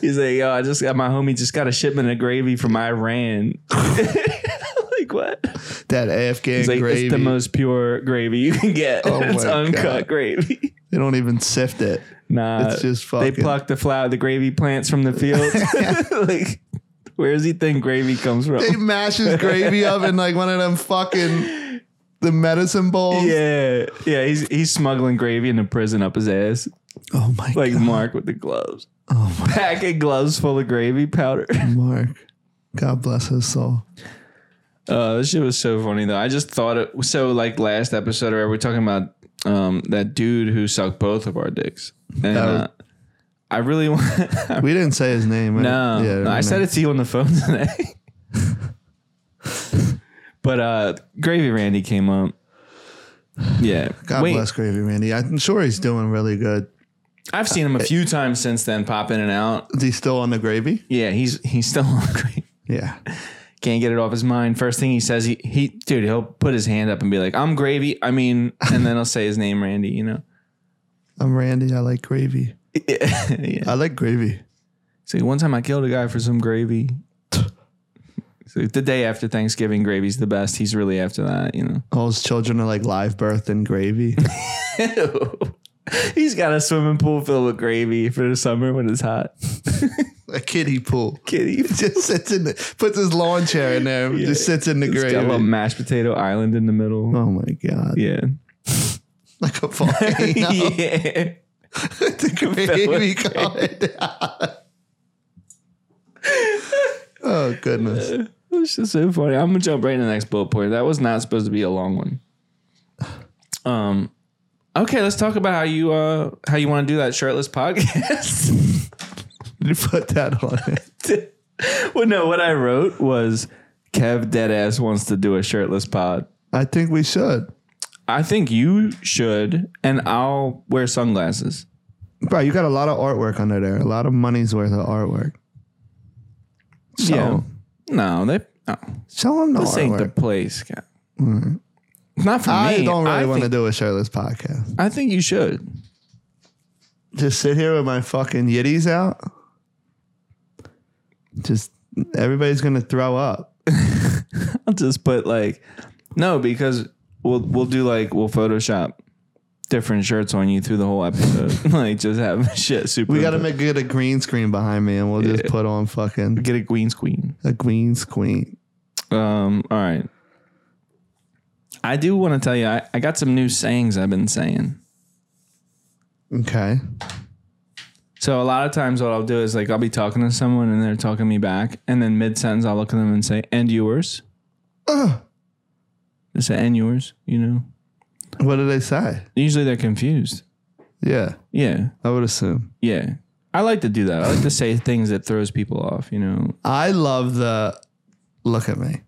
He's like, yo, I just got my homie just got a shipment of gravy from Iran. like what? that Afghan He's like, gravy. it's the most pure gravy you can get. Oh it's my God. uncut gravy. they don't even sift it. Nah, It's just they fucking- pluck the flower, the gravy plants from the fields. like, where does he think gravy comes from? They mash his gravy up in like one of them fucking the medicine bowls. yeah, yeah, he's he's smuggling gravy into prison up his ass, Oh my like god. Mark with the gloves, Oh my packing gloves full of gravy powder. Mark. God bless his soul. Uh, this shit was so funny though. I just thought it so like last episode or we were talking about um that dude who sucked both of our dicks, and That was- uh, I really want. We didn't say his name. right? No, Yeah, no, I said know. it to you on the phone today. but uh Gravy Randy came up. Yeah. God Wait, bless Gravy Randy. I'm sure he's doing really good. I've seen him a few times since then, pop in and out. Is he still on the gravy? Yeah, he's he's still hungry. Yeah. Can't get it off his mind. First thing he says, he, he dude, he'll put his hand up and be like, "I'm Gravy." I mean, and then he'll say his name, Randy. You know. I'm Randy. I like gravy. yeah. I like gravy. It's like one time I killed a guy for some gravy. It's like, the day after Thanksgiving, gravy's the best. He's really after that, you know. All his children are like live birth and gravy. He's got a swimming pool filled with gravy for the summer when it's hot. a kiddie pool. Kitty. Just sits in the, puts his lawn chair in there, and just sits in the It's got a little gravy. mashed potato island in the middle. Oh my god! Yeah. Like a volcano. yeah. the gravy coming down. oh goodness! It's just so funny. I'm gonna jump right into the next bullet point. That was not supposed to be a long one. Um okay, let's talk about how you uh how you want to do that shirtless podcast. You put that on it. well no, what I wrote was Kev Deadass wants to do a shirtless pod. I think we should, I think you should, and I'll wear sunglasses. bro. You got a lot of artwork under there. A lot of money's worth of artwork. So, Yeah. No, they no. Show them the This ain't the artwork. place, Kev. Mm-hmm. Not for I me. don't really want to think- do a shirtless podcast. I think you should. Just sit here with my fucking yitties out. Just everybody's gonna throw up. I'll just put like no because we'll we'll do like we'll Photoshop different shirts on you through the whole episode. like just have shit super. We gotta make get a green screen behind me, and we'll just Yeah. put on fucking get a green screen. a green screen. Um. All right. I do want to tell you I, I got some new sayings I've been saying. Okay. So a lot of times what I'll do is like I'll be talking to someone and they're talking me back, and then mid sentence I'll look at them and say, "And yours." They say, "And yours." You know. What did they say? Usually they're confused. Yeah, Yeah. I would assume. Yeah. I like to do that. I like to say things that throws people off, you know. I love the look at me.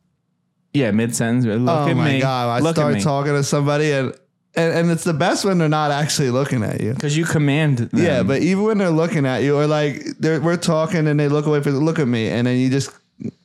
Yeah, mid sentence. Look oh at my me. god! I look start at me. talking to somebody, and, and and it's the best when they're not actually looking at you. Because you command them. Yeah, but even when they're looking at you, or like they're, we're talking and they look away for look at me, and then you just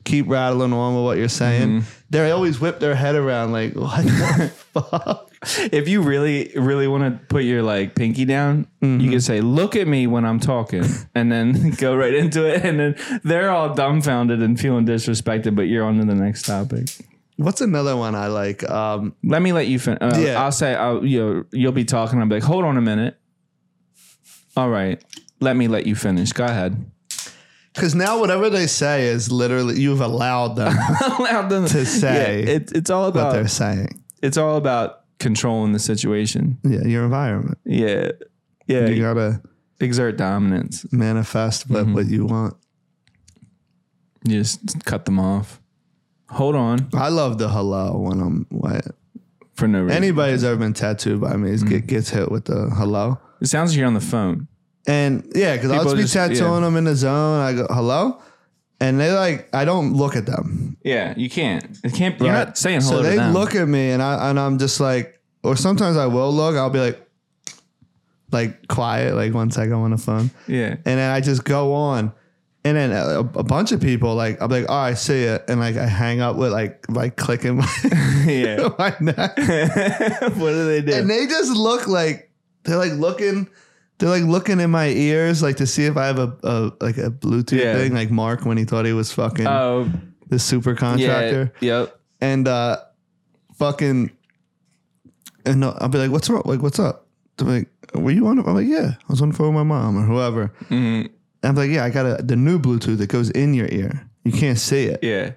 keep rattling on with what you're saying. Mm-hmm. They always whip their head around like, what the fuck? if you really, really want to put your like pinky down, Mm-hmm. you can say, look at me when I'm talking and then go right into it. And then they're all dumbfounded and feeling disrespected, but you're on to the next topic. What's another one I like? Um, Let me let you finish. Uh, Yeah. I'll say, I'll, you know, you'll be talking. I'll be like, hold on a minute. All right. Let me let you finish. Go ahead. because now whatever they say is literally you've allowed them allowed them to say Yeah, it, it's all what they're about saying. it's all about controlling the situation. Yeah, your environment. Yeah, yeah. You gotta exert dominance. manifest what, Mm-hmm. what you want. Just cut them off. Hold on I love the hello when I'm what for no reason. anybody who's ever been tattooed by me is Mm-hmm. get, gets hit with the hello. it sounds like you're on the phone. And yeah, because I'll People just- just be tattooing yeah. them in the zone. I go, hello? And they like, I don't look at them. Yeah, you can't. It can't. You're Right. not saying hello So to they them. look at me and I and I'm just like, or sometimes I will look, I'll be like, like quiet, like one second on the phone. yeah, And then I just go on. And then a, a bunch of people like I'm like, oh, I see it, and like I hang up with like like clicking my, yeah. my neck. what do they do? and they just look like they're like looking they're like looking in my ears like to see if I have a, a like a Bluetooth Yeah. thing like Mark when he thought he was fucking Oh, the super yeah. contractor Yep. and uh fucking and no, I'll be like what's wrong like what's up they're like were you on the-" I'm like yeah I was on the phone with my mom or whoever Mm, I'm like yeah I got a the new Bluetooth that goes in your ear you can't see it yeah.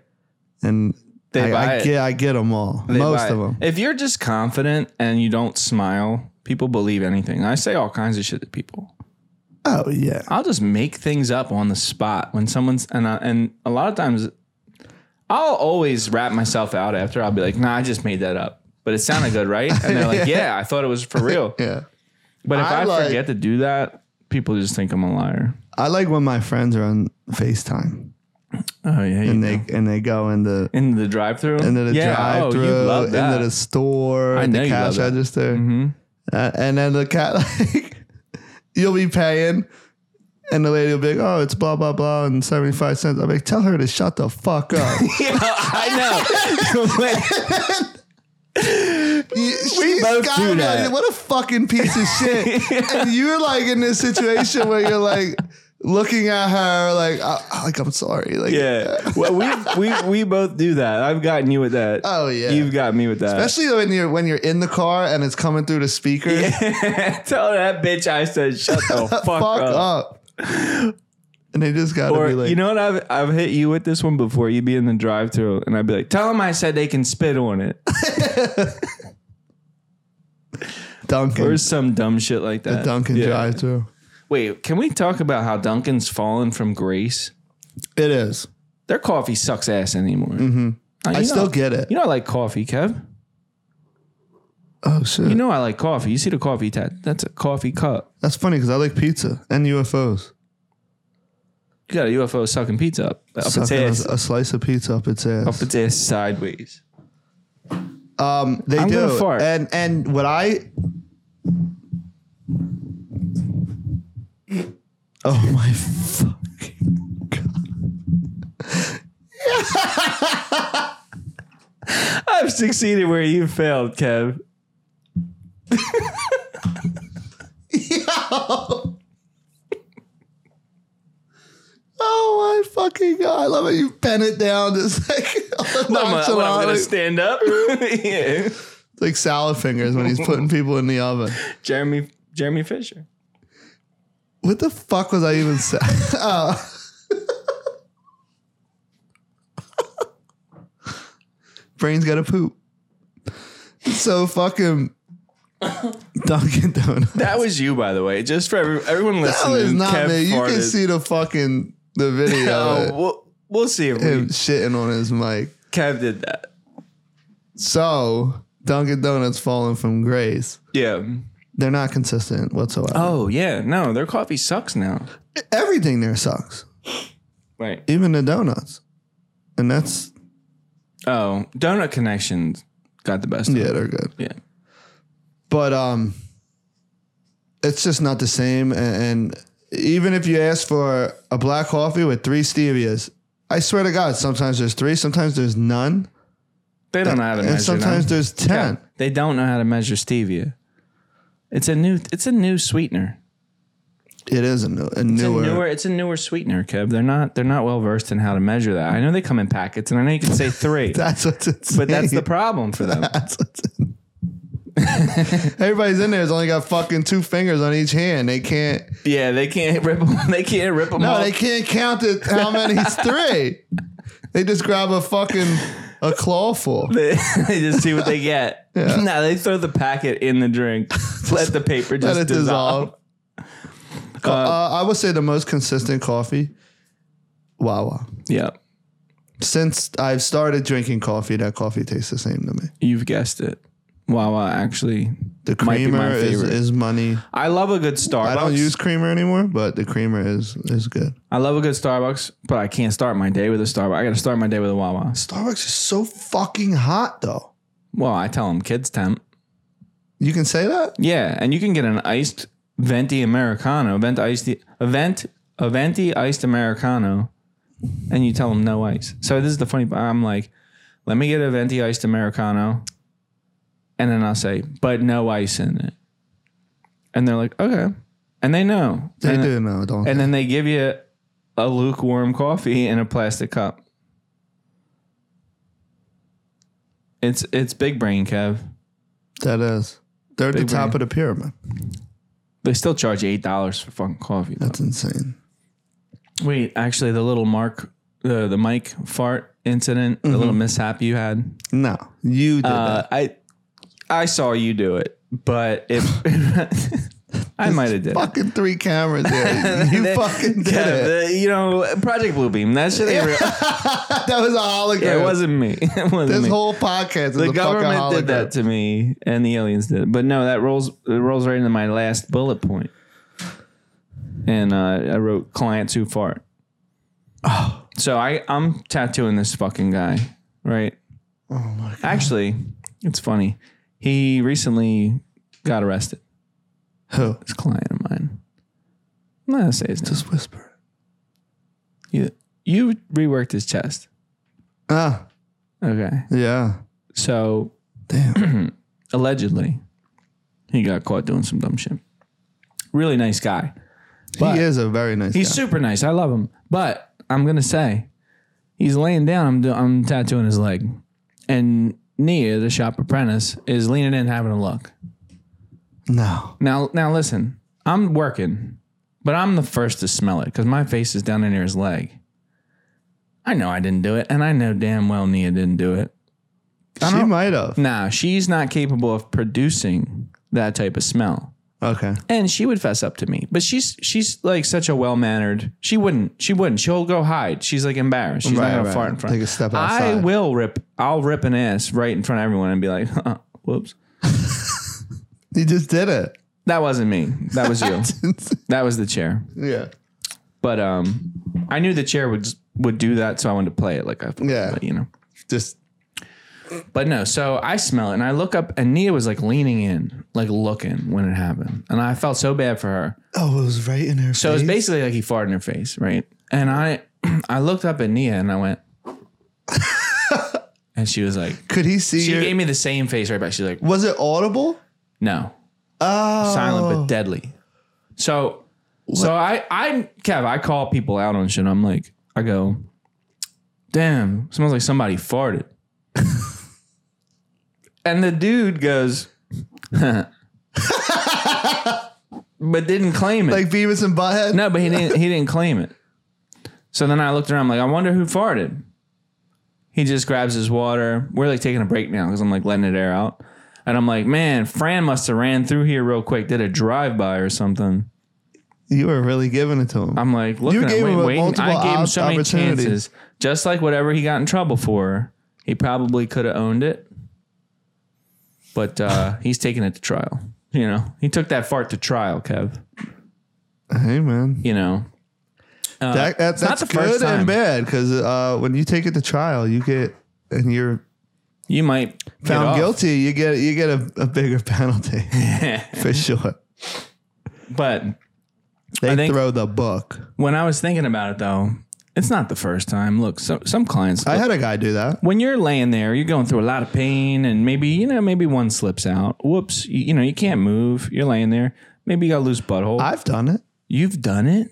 and They I, buy I it. get I get them all They most buy it. of them If you're just confident and you don't smile, people believe anything. I say all kinds of shit to people. oh yeah I'll just make things up on the spot when someone's and I, and a lot of times I'll always wrap myself out after I'll be like, "Nah, I just made that up." But it sounded good, right? And they're like, "Yeah, I thought it was for real." yeah But if I I, like- forget to do that, people just think I'm a liar. I like when my friends are on FaceTime. Oh yeah, you and know. they and they go into into the drive-through, into the yeah, drive Oh, through, you love that. into the store, I and know the you love Mm-hmm. that. cash register, Uh, and then the cat like you'll be paying, and the lady will be like, "Oh, it's blah blah blah," and seventy five cents. I'm like, "Tell her to shut the fuck up." yeah, I know. You- she's both got do to be like, that. What a fucking piece of shit! and you're like in this situation where you're like. looking at her like, I, like I'm sorry, like Yeah. Well, we we we both do that. I've gotten you with that. Oh, yeah. You've got me with that. Especially when you're when you're in the car and it's coming through the speaker. Tell that bitch I said shut the fuck, Fuck up. up. And they just gotta Or be like, you know what? I've I've hit you with this one before. You'd be in the drive-through, and I'd be like, "Tell them I said they can spit on it," Duncan, or some dumb shit like that. Duncan Yeah. drive through. Wait, can we talk about how Duncan's fallen from grace? It is. Their coffee sucks ass anymore. Uh, you Mm-hmm. I know- still get it. You know I like coffee, Kev. Oh shit, You know I like coffee. You see the coffee tat? That's a coffee cup. that's funny because I like pizza and UFOs. You got a UFO sucking pizza up, up its Sucking a, ass, a slice of pizza up its ass. up its ass sideways. Um, they I'm do. gonna fart. And and what I. Oh my fucking I've succeeded where you failed, Kev. god! oh my fucking god! I love it. You pen it down just like I'm, gonna- when I'm gonna nonchalantly. stand up. Yeah. It's like salad fingers when he's putting people in the oven. Jeremy Jeremy Fisher. What the fuck was I even saying? oh. Brain's got to poop. So fucking Dunkin' Donuts. That was you, by the way. Just for every, everyone That listening. was not Kev me. You can farted. see the fucking the video. Oh, of we'll, we'll see if him we, shitting on his mic. Kev did that. So Dunkin' Donuts falling from grace. Yeah. They're not consistent whatsoever. Oh yeah. No, their coffee sucks now. Everything there sucks, Right. even the donuts. And that's Oh, Donut Connections got the best. of yeah, it. they're good. Yeah. but um it's just not the same and, and even if you ask for a black coffee with three stevias i swear to god sometimes there's three sometimes there's none They don't know how to and measure. sometimes them. there's ten they don't know how to measure stevia. It's a new. It's a new sweetener. it is a, new, a It's newer, a newer. It's a newer sweetener, Kev. They're not. They're not well versed in how to measure that. I know they come in packets, and I know you can say three, that's what's insane. but that's the problem for them. that's what's in. everybody's in there's only got fucking two fingers on each hand they can't Yeah, they can't rip. 'em- They can't rip them. no off. they can't count it how many's three they just grab a fucking a clawful They, they just see what they get. Nah, they throw the packet in the drink. let the paper just let it dissolve. dissolve. Co- uh, I would say the most consistent coffee, Wawa. Yep, Since I've started drinking coffee, that coffee tastes the same to me. you've guessed it. Wawa actually. The Might be my creamer is, favorite. is money. I love a good Starbucks. I don't use creamer anymore, but the creamer is is good. I love a good Starbucks, but I can't start my day with a Starbucks. I got to start my day with a Wawa. Starbucks is so fucking hot though. Well, I tell them kids temp. You can say that? Yeah, and you can get an iced venti americano, vent iced, a vent, a venti iced americano, and you tell them no ice. So this is the funny. part. I'm like, let me get a venti iced americano, and then I'll say, but no ice in it. And they're like, okay, and they know, They and, do know, don't and they? then they give you a lukewarm coffee in a plastic cup. It's it's big brain, Kev. That is. They're at the Big top brain. of the pyramid. They still charge you eight dollars for fucking coffee. though. That's insane. Wait, actually, the little Mark, the the Mike fart incident, the little mishap you had. No, you did Mm-hmm. Uh, I I saw you do it, but if I might have did. that. it. Fucking three cameras there. You That- fucking did yeah, it. the- you know, Project Blue Beam. That shit. ain't real. That was a hologram. Yeah, it wasn't me. It wasn't This me. whole podcast is the a fucking government hologram. did that to me, and the aliens did. it. But no, that rolls it rolls right into my last bullet point. And uh, I wrote clients who fart. Oh. So I I'm tattooing this fucking guy, right? Oh my god! Actually, it's funny. He recently got arrested. Who? This client of mine. I'm not gonna say his name. Just whisper. You, you reworked his chest. Ah, Okay. yeah. So Damn. allegedly he got caught doing some dumb shit really nice guy But- he is a very nice. He's guy. super nice. I love him. But I'm gonna say, he's laying down. I'm do- I'm tattooing his leg, and Nia, the shop apprentice, is leaning in having a look. no. Now now listen, I'm working, but I'm the first to smell it because my face is down in near his leg. I know I didn't do it, and I know damn well Nia didn't do it. She don't- might have. Nah, she's not capable of producing that type of smell Okay. and she would fess up to me. But she's she's like such a well mannered. She wouldn't. She wouldn't. She'll go hide. She's like embarrassed. She's Right, not gonna right. fart in front. Take a step I outside. will rip. I'll rip an ass right in front of everyone and be like, "Whoops, He just did it. that wasn't me. That was you. that was the chair." yeah. But um, I knew the chair would would do that, so I wanted to play it like I, Yeah. you know. Just But no, so I smell it and I look up, and Nia was like leaning in, like looking when it happened, and I felt so bad for her. oh, it was right in her. So it's face. basically like he farted in her face, right? And I I looked up at Nia and I went, and she was like, could he see? she your- gave me the same face right back. She's like, was it audible? no, Oh, silent but deadly. So so I I Kev, I call people out on shit. I'm like, I go, damn, smells like somebody farted. and the dude goes, but didn't claim it. Oh. like Beavis and Butthead. No, but he didn't. He didn't claim it. So then I looked around. I'm like, I wonder who farted. He just grabs his water. We're like taking a break now because I'm like letting it air out, and I'm like, man, Fran must have ran through here real quick, did a drive by or something. You were really giving it to him. I'm like, looking You at gave wait, him a wait, multiple I gave him op- so many opportunity. chances. Just like whatever he got in trouble for, he probably could have owned it. But uh, he's taking it to trial. You know, he took that fart to trial, Kev. hey, man. You know, Uh, that, that, not that's the good first time. and bad because uh, when you take it to trial, you get and you're you might get found off. guilty, you get you get a, a bigger penalty for sure. But They I think- throw the book. when I was thinking about it, though, it's not the first time. Look, so, some clients, I had a guy do that. when you're laying there, you're going through a lot of pain, and maybe you know, maybe one slips out. Whoops, you, you know, you can't move. You're laying there. Maybe you got a loose butthole. I've done it. You've done it,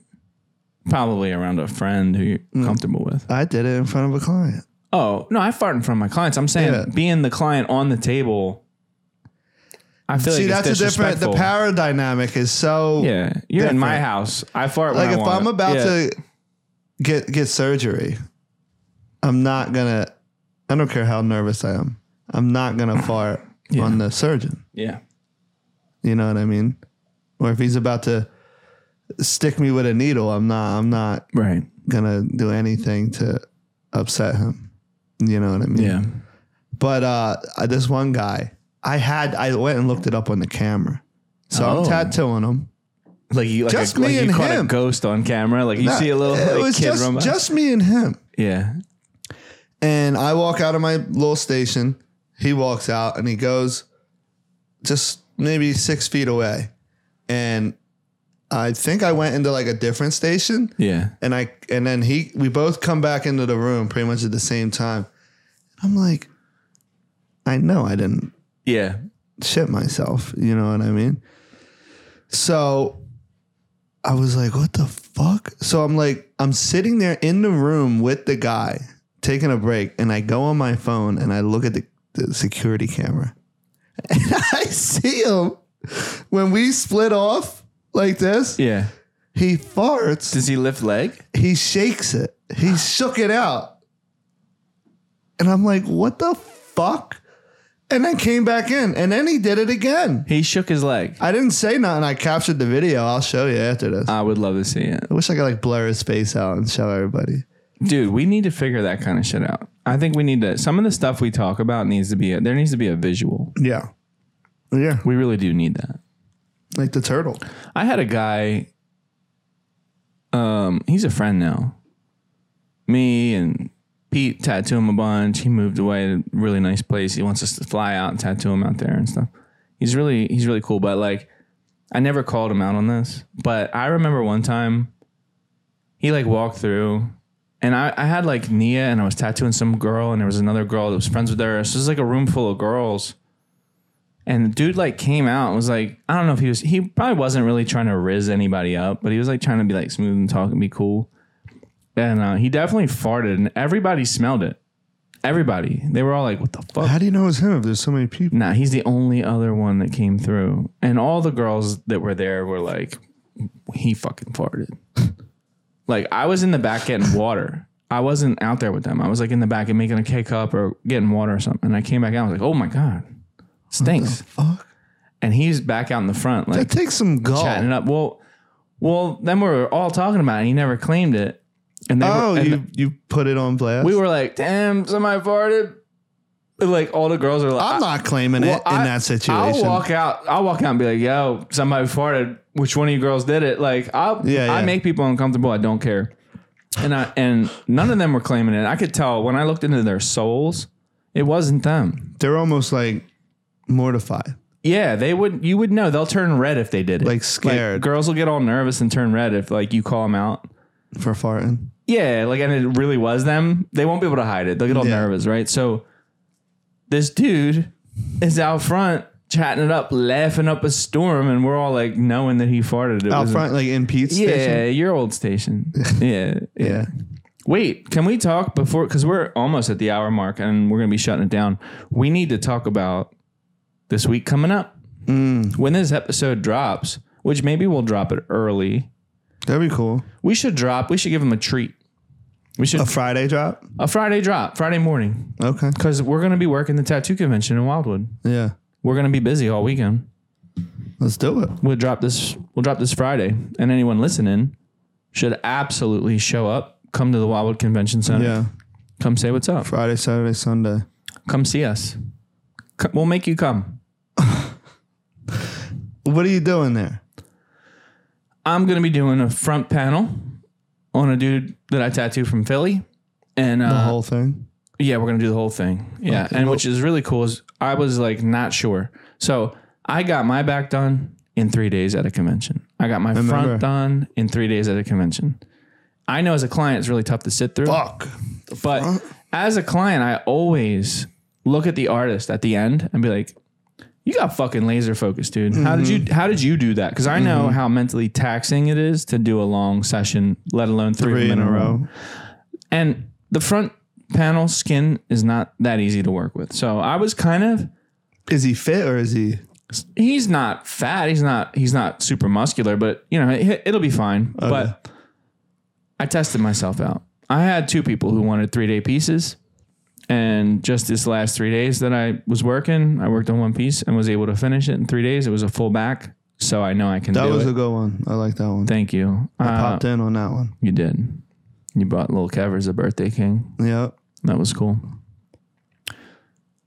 probably around a friend who you're Mm. comfortable with. I did it in front of a client. Oh no, I fart in front of my clients. I'm saying Yeah. being the client on the table. I feel See, like that's a it's different. The disrespectful. power dynamic is so Yeah, you're in my different. house. I fart when like I if want I'm it. about Yeah. to get get surgery, I'm not gonna. I don't care how nervous I am. I'm not gonna fart on the surgeon. yeah. You know what I mean? Or if he's about to stick me with a needle, I'm not. I'm not Right. gonna do anything to upset him. You know what I mean? Yeah. But uh, I- this one guy, I had, I went and looked it up on the camera. So Oh. I'm tattooing him. Like you, like, Just a, like me you and caught a him. ghost on camera. Like you see a little it like, was kid just, run by. just me and him. yeah, And I walk out of my little station. He walks out and he goes just maybe six feet away. And I think I went into like a different station. yeah. and I and then he we both come back into the room pretty much at the same time. I'm like, I know I didn't Yeah. shit myself. You know what I mean? So I was like, what the fuck? So I'm like, I'm sitting there in the room with the guy taking a break, and I go on my phone and I look at the, the security camera. And I see him when we split off like this. Yeah. He farts Does he lift leg? he shakes it. He shook it out. And I'm like, what the fuck? And then came back in. And then he did it again. He shook his leg. I didn't say nothing. I captured the video. I'll show you after this. I would love to see it. I wish I could like blur his face out and show everybody. Dude, we need to figure that kind of shit out. I think we need to some of the stuff we talk about needs to be a, there needs to be a visual. Yeah. Yeah. We really do need that. Like the turtle. I had a guy. Um, he's a friend now. Me and Pete tattoo him a bunch. He moved away to a really nice place. He wants us to fly out and tattoo him out there and stuff. He's really he's really cool. But like, I never called him out on this. But I remember one time, he like walked through, and I I had like Nia and I was tattooing some girl and there was another girl that was friends with her. So it was like a room full of girls. And the dude like came out and was like, I don't know if he was he probably wasn't really trying to riz anybody up, but he was like trying to be like smooth and talk and be cool. And uh, he definitely farted and everybody smelled it. Everybody. They were all like, What the fuck? How do you know it's him if there's so many people? Nah, he's the only other one that came through. And all the girls that were there were like, he fucking farted. like, I was in the back getting water. I wasn't out there with them. I was like in the back and making a cake up or getting water or something. And I came back out. I was like, oh my God, stinks. Fuck. And he's back out in the front, like It takes some gall. chatting it up. Well, well, then we were all talking about it. And he never claimed it. And they Oh, were, and you, you put it on blast? we were like, damn, somebody farted. And, Like all the girls are like, I'm not claiming it in I- that I'll situation. walk out. I'll walk out and be like, "Yo, somebody farted. Which one of you girls did it?" Like, I Yeah, I yeah. make people uncomfortable. I don't care. And I and none of them were claiming it. I could tell when I looked into their souls, it wasn't them. They're almost like mortified. Yeah, they would. You would know. They'll turn red if they did it. Like scared. girls will get all nervous and turn red if like you call them out. for farting. Yeah, like and it really was them. They won't be able to hide it. They'll get all Yeah. nervous, right? So this dude is out front chatting it up, laughing up a storm, and we're all like knowing that he farted. It Out was- front, like in Pete's Yeah, station. your old station. yeah, Yeah. Wait, can we talk before? Because we're almost at the hour mark, and we're gonna be shutting it down. We need to talk about this week coming up. Mm. When this episode drops, which maybe we'll drop it early. That'd be cool. We should drop. We should give them a treat. We should A Friday drop. a Friday drop, Friday morning, Okay. because we're gonna be working the tattoo convention in Wildwood. Yeah. We're gonna be busy all weekend. Let's do it. We'll drop this. We'll drop this Friday, and anyone listening should absolutely show up. Come to the Wildwood Convention Center. Yeah. Come say what's up. Friday, Saturday, Sunday. Come see us. Co- We'll make you come. What are you doing there? I'm gonna be doing a front panel on a dude that I tattooed from Philly, and The uh, whole thing? Yeah, we're gonna do the whole thing. Yeah, Okay, and well- which is really cool is I was like not sure, so I got my back done in three days at a convention. I got my remember. front done in three days at a convention. I know as a client it's really tough to sit through, Fuck. but as a client I always look at the artist at the end and be like, "You got fucking laser focused, dude. How did Mm-hmm. you How did you do that? Because I know how mentally taxing it is to do a long session, let alone three, Three of in them a row. and the front panel skin is not that easy to work with. So I was kind of Is he fit or is he? he's not fat, he's not he's not super muscular, but you know, it, it'll be fine. Oh, But I tested myself out. I had two people who wanted 3-day pieces. And just this last 3 days that I was working, I worked on one piece and was able to finish it in 3 days. It was a full back, so I know I can That do was it. a good one. I like that one. Thank you. I Uh, popped in on that one. you did. You bought little Kevers a birthday king. Yeah. That was cool.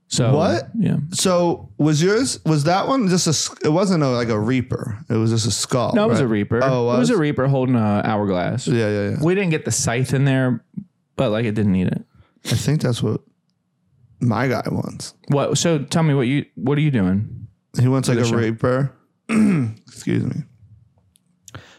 So What? Yeah. So was yours? Was that one just a? s- It wasn't a, like a reaper. It was just a skull. No, it was right? a reaper. Oh, it was a was? reaper holding a hourglass. Yeah, yeah, yeah. We didn't get the scythe in there, but like it didn't need it. I think that's what my guy wants. What? So tell me what you what are you doing? He wants like a Tradition. reaper. Excuse me.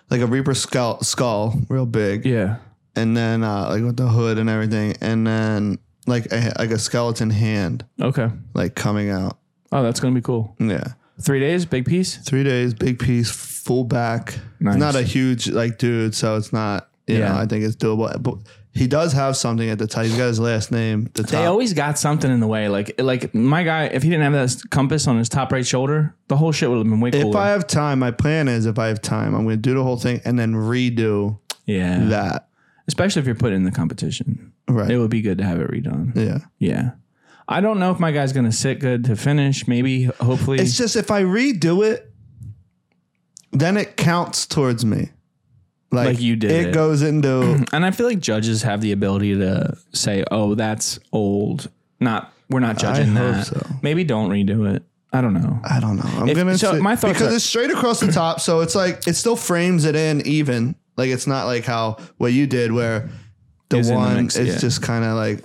Like a reaper skull, skull, real big, Yeah. and then uh, like with the hood and everything, and then like a, like a skeleton hand Okay. like coming out. Oh, that's gonna be cool. Yeah, Three days, big piece. three days, big piece, full back. Nice. It's not a huge like dude, so it's not. You Yeah. know, I think it's doable. But he does have something at the top. He's got his last name. The They top. always got something in the way. Like like my guy, if he didn't have that compass on his top right shoulder, the whole shit would have been way if cooler. I have time, my plan is if I have time, I'm going to do the whole thing and then redo yeah. that. Especially if you're put in the competition, Right. it would be good to have it redone. yeah. Yeah. I don't know if my guy's gonna sit good to finish. Maybe, hopefully, It's just if I redo it, then it counts towards me. Like you did It, it. goes into And I feel like judges have the ability to say, "Oh, that's old." Not we're not judging hope that. so. Maybe don't redo it. I don't know. I don't know. I'm If- gonna so say- my thoughts because are- it's straight across the top, so it's like it still frames it in even. Like it's not like how what you did where the Is in the one mix, is yeah. just kind of like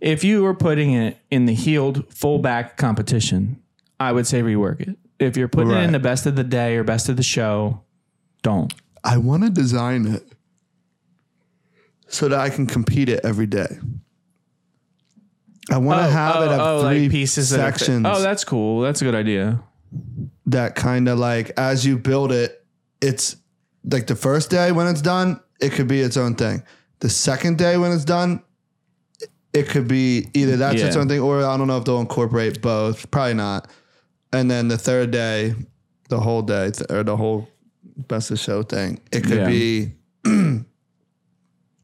If you were putting it in the heeled fullback competition, I would say rework it. If you're putting it in Right. the best of the day or best of the show, don't. I want to design it so that I can compete it every day. I want to have it oh, of three like pieces that are fit. sections oh, that's cool. That's a good idea. that kind of like as you build it, it's like the first day when it's done, it could be its own thing. The second day when it's done, it could be either that's its Yeah. own thing or I don't know if they'll incorporate both. Probably not. And then the third day, the whole day th- or the whole best of show thing, it could Yeah. be, you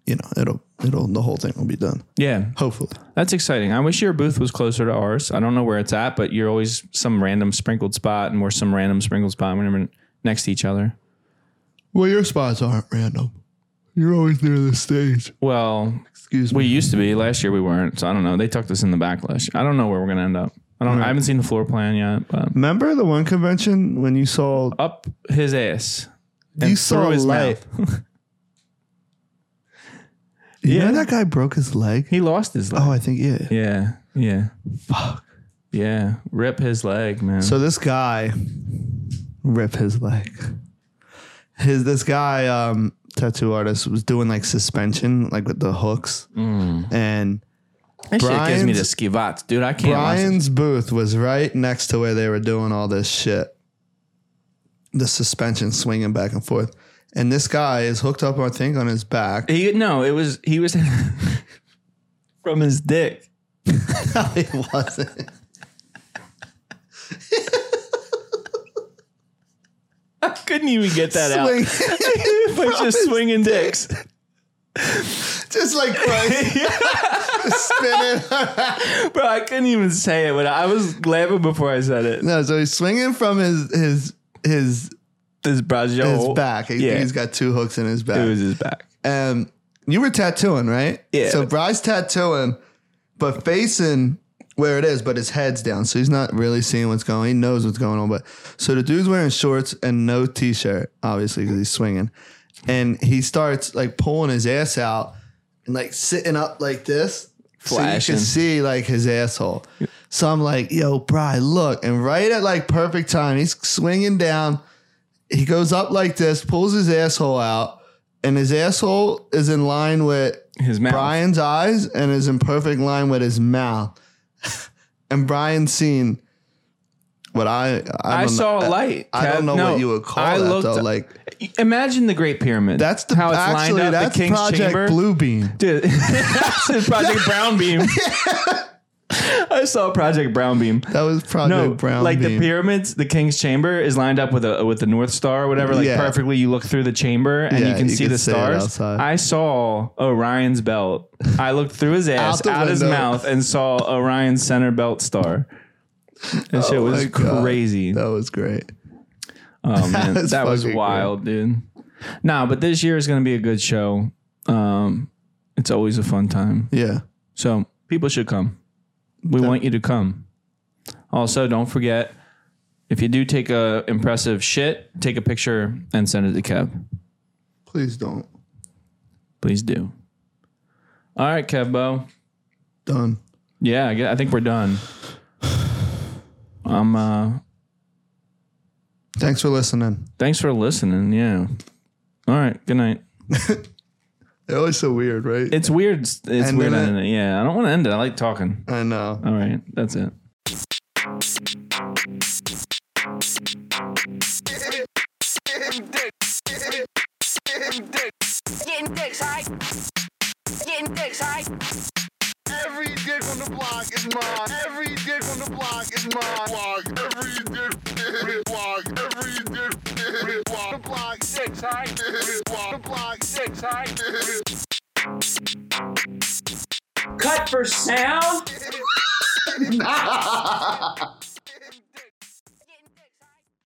know, it'll it'll the whole thing will be done. Yeah, Hopefully, that's exciting. I wish your booth was closer to ours. I don't know where it's at, but you're always some random sprinkled spot, and we're some random sprinkled spot. and We're next to each other. well, your spots aren't random. You're always near the stage. Well, Excuse me. we used to be. Last year we weren't. So I don't know. They tucked us in the back last year. I don't know where we're gonna end up. I don't. I haven't seen the floor plan yet, but Remember the one convention when you saw up his ass. you saw through a light? mouth. You Yeah. know that guy broke his leg. He lost his leg. Oh, I think yeah. Yeah. Yeah. Fuck. Yeah. Rip his leg, man. So this guy, rip his leg. His this guy, um, tattoo artist, was doing like suspension, like with the hooks, Mm. and That shit gives me the Brian's- skivats, dude. I can't. watch it. Brian's booth was right next to where they were doing all this shit. The suspension swinging back and forth, and this guy is hooked up, I think, on his back. He no, it was he was from his dick. No, it wasn't. I couldn't even get that out. Swing, but just swinging dicks. just like Christ, spinning. Bro, I couldn't even say it, but I was laughing before I said it. No, so he's swinging from his his his This his brajo. back. He, Oh, yeah. He's got two hooks in his back. It was his back. um, you were tattooing, right? Yeah. So Bry's tattooing, but facing where it is, but his head's down, so he's not really seeing what's going. He knows what's going on, but so the dude's wearing shorts and no t-shirt, obviously because he's swinging, and he starts like pulling his ass out and like sitting up like this, so Flashing. you can see like his asshole. So I'm like, yo, Bry, look, and right at like perfect time, he's swinging down. He goes up like this, pulls his asshole out, and his asshole is in line with His mouth. Brian's eyes and is in perfect line with his mouth. and Brian's seen what I I, I don't saw know, a light. I Kev. don't know No, what you would call I that looked- though. Like Imagine the Great Pyramid. that's the how it's actually lined up. that's the King's Project Chamber. Blue Beam. Dude, that's his Project Brown Beam. I saw Project Brown Beam. That was Project No, Brown like Beam. the pyramids, the king's chamber is lined up with a with the north star or whatever. Like Yeah. perfectly, you look through the chamber and you Yeah, can you see can the see it stars. outside. I saw Orion's belt. I looked through his ass, the out, his window. mouth, and saw Orion's center belt star. That shit was Oh my God. crazy. that was great. Oh man, That's that was fucking wild, dude. Nah, but this year is gonna be a good show. Um, it's always a fun time. Yeah. So people should come. We want you to come. Also, don't forget if you do take a impressive shit, take a picture and send it to Kev. Please don't. Please do. All right, Kevbo. Done. Yeah, I, gue- I think we're done. Um, uh, Thanks for listening. thanks for listening. Yeah. All right. Good night. It was so weird, right? It's weird. It's Ending weird. it? ending it. Yeah, I don't want to end it. I like talking. I know. All right, that's it. Getting dicks high. Getting dicks high. Every dick on the block is mine. Every dick on the block is mine. Block. Every dick. Block. Every dick. Block. The block. Dick tight. Block. The block. Dick tight. cut for sound?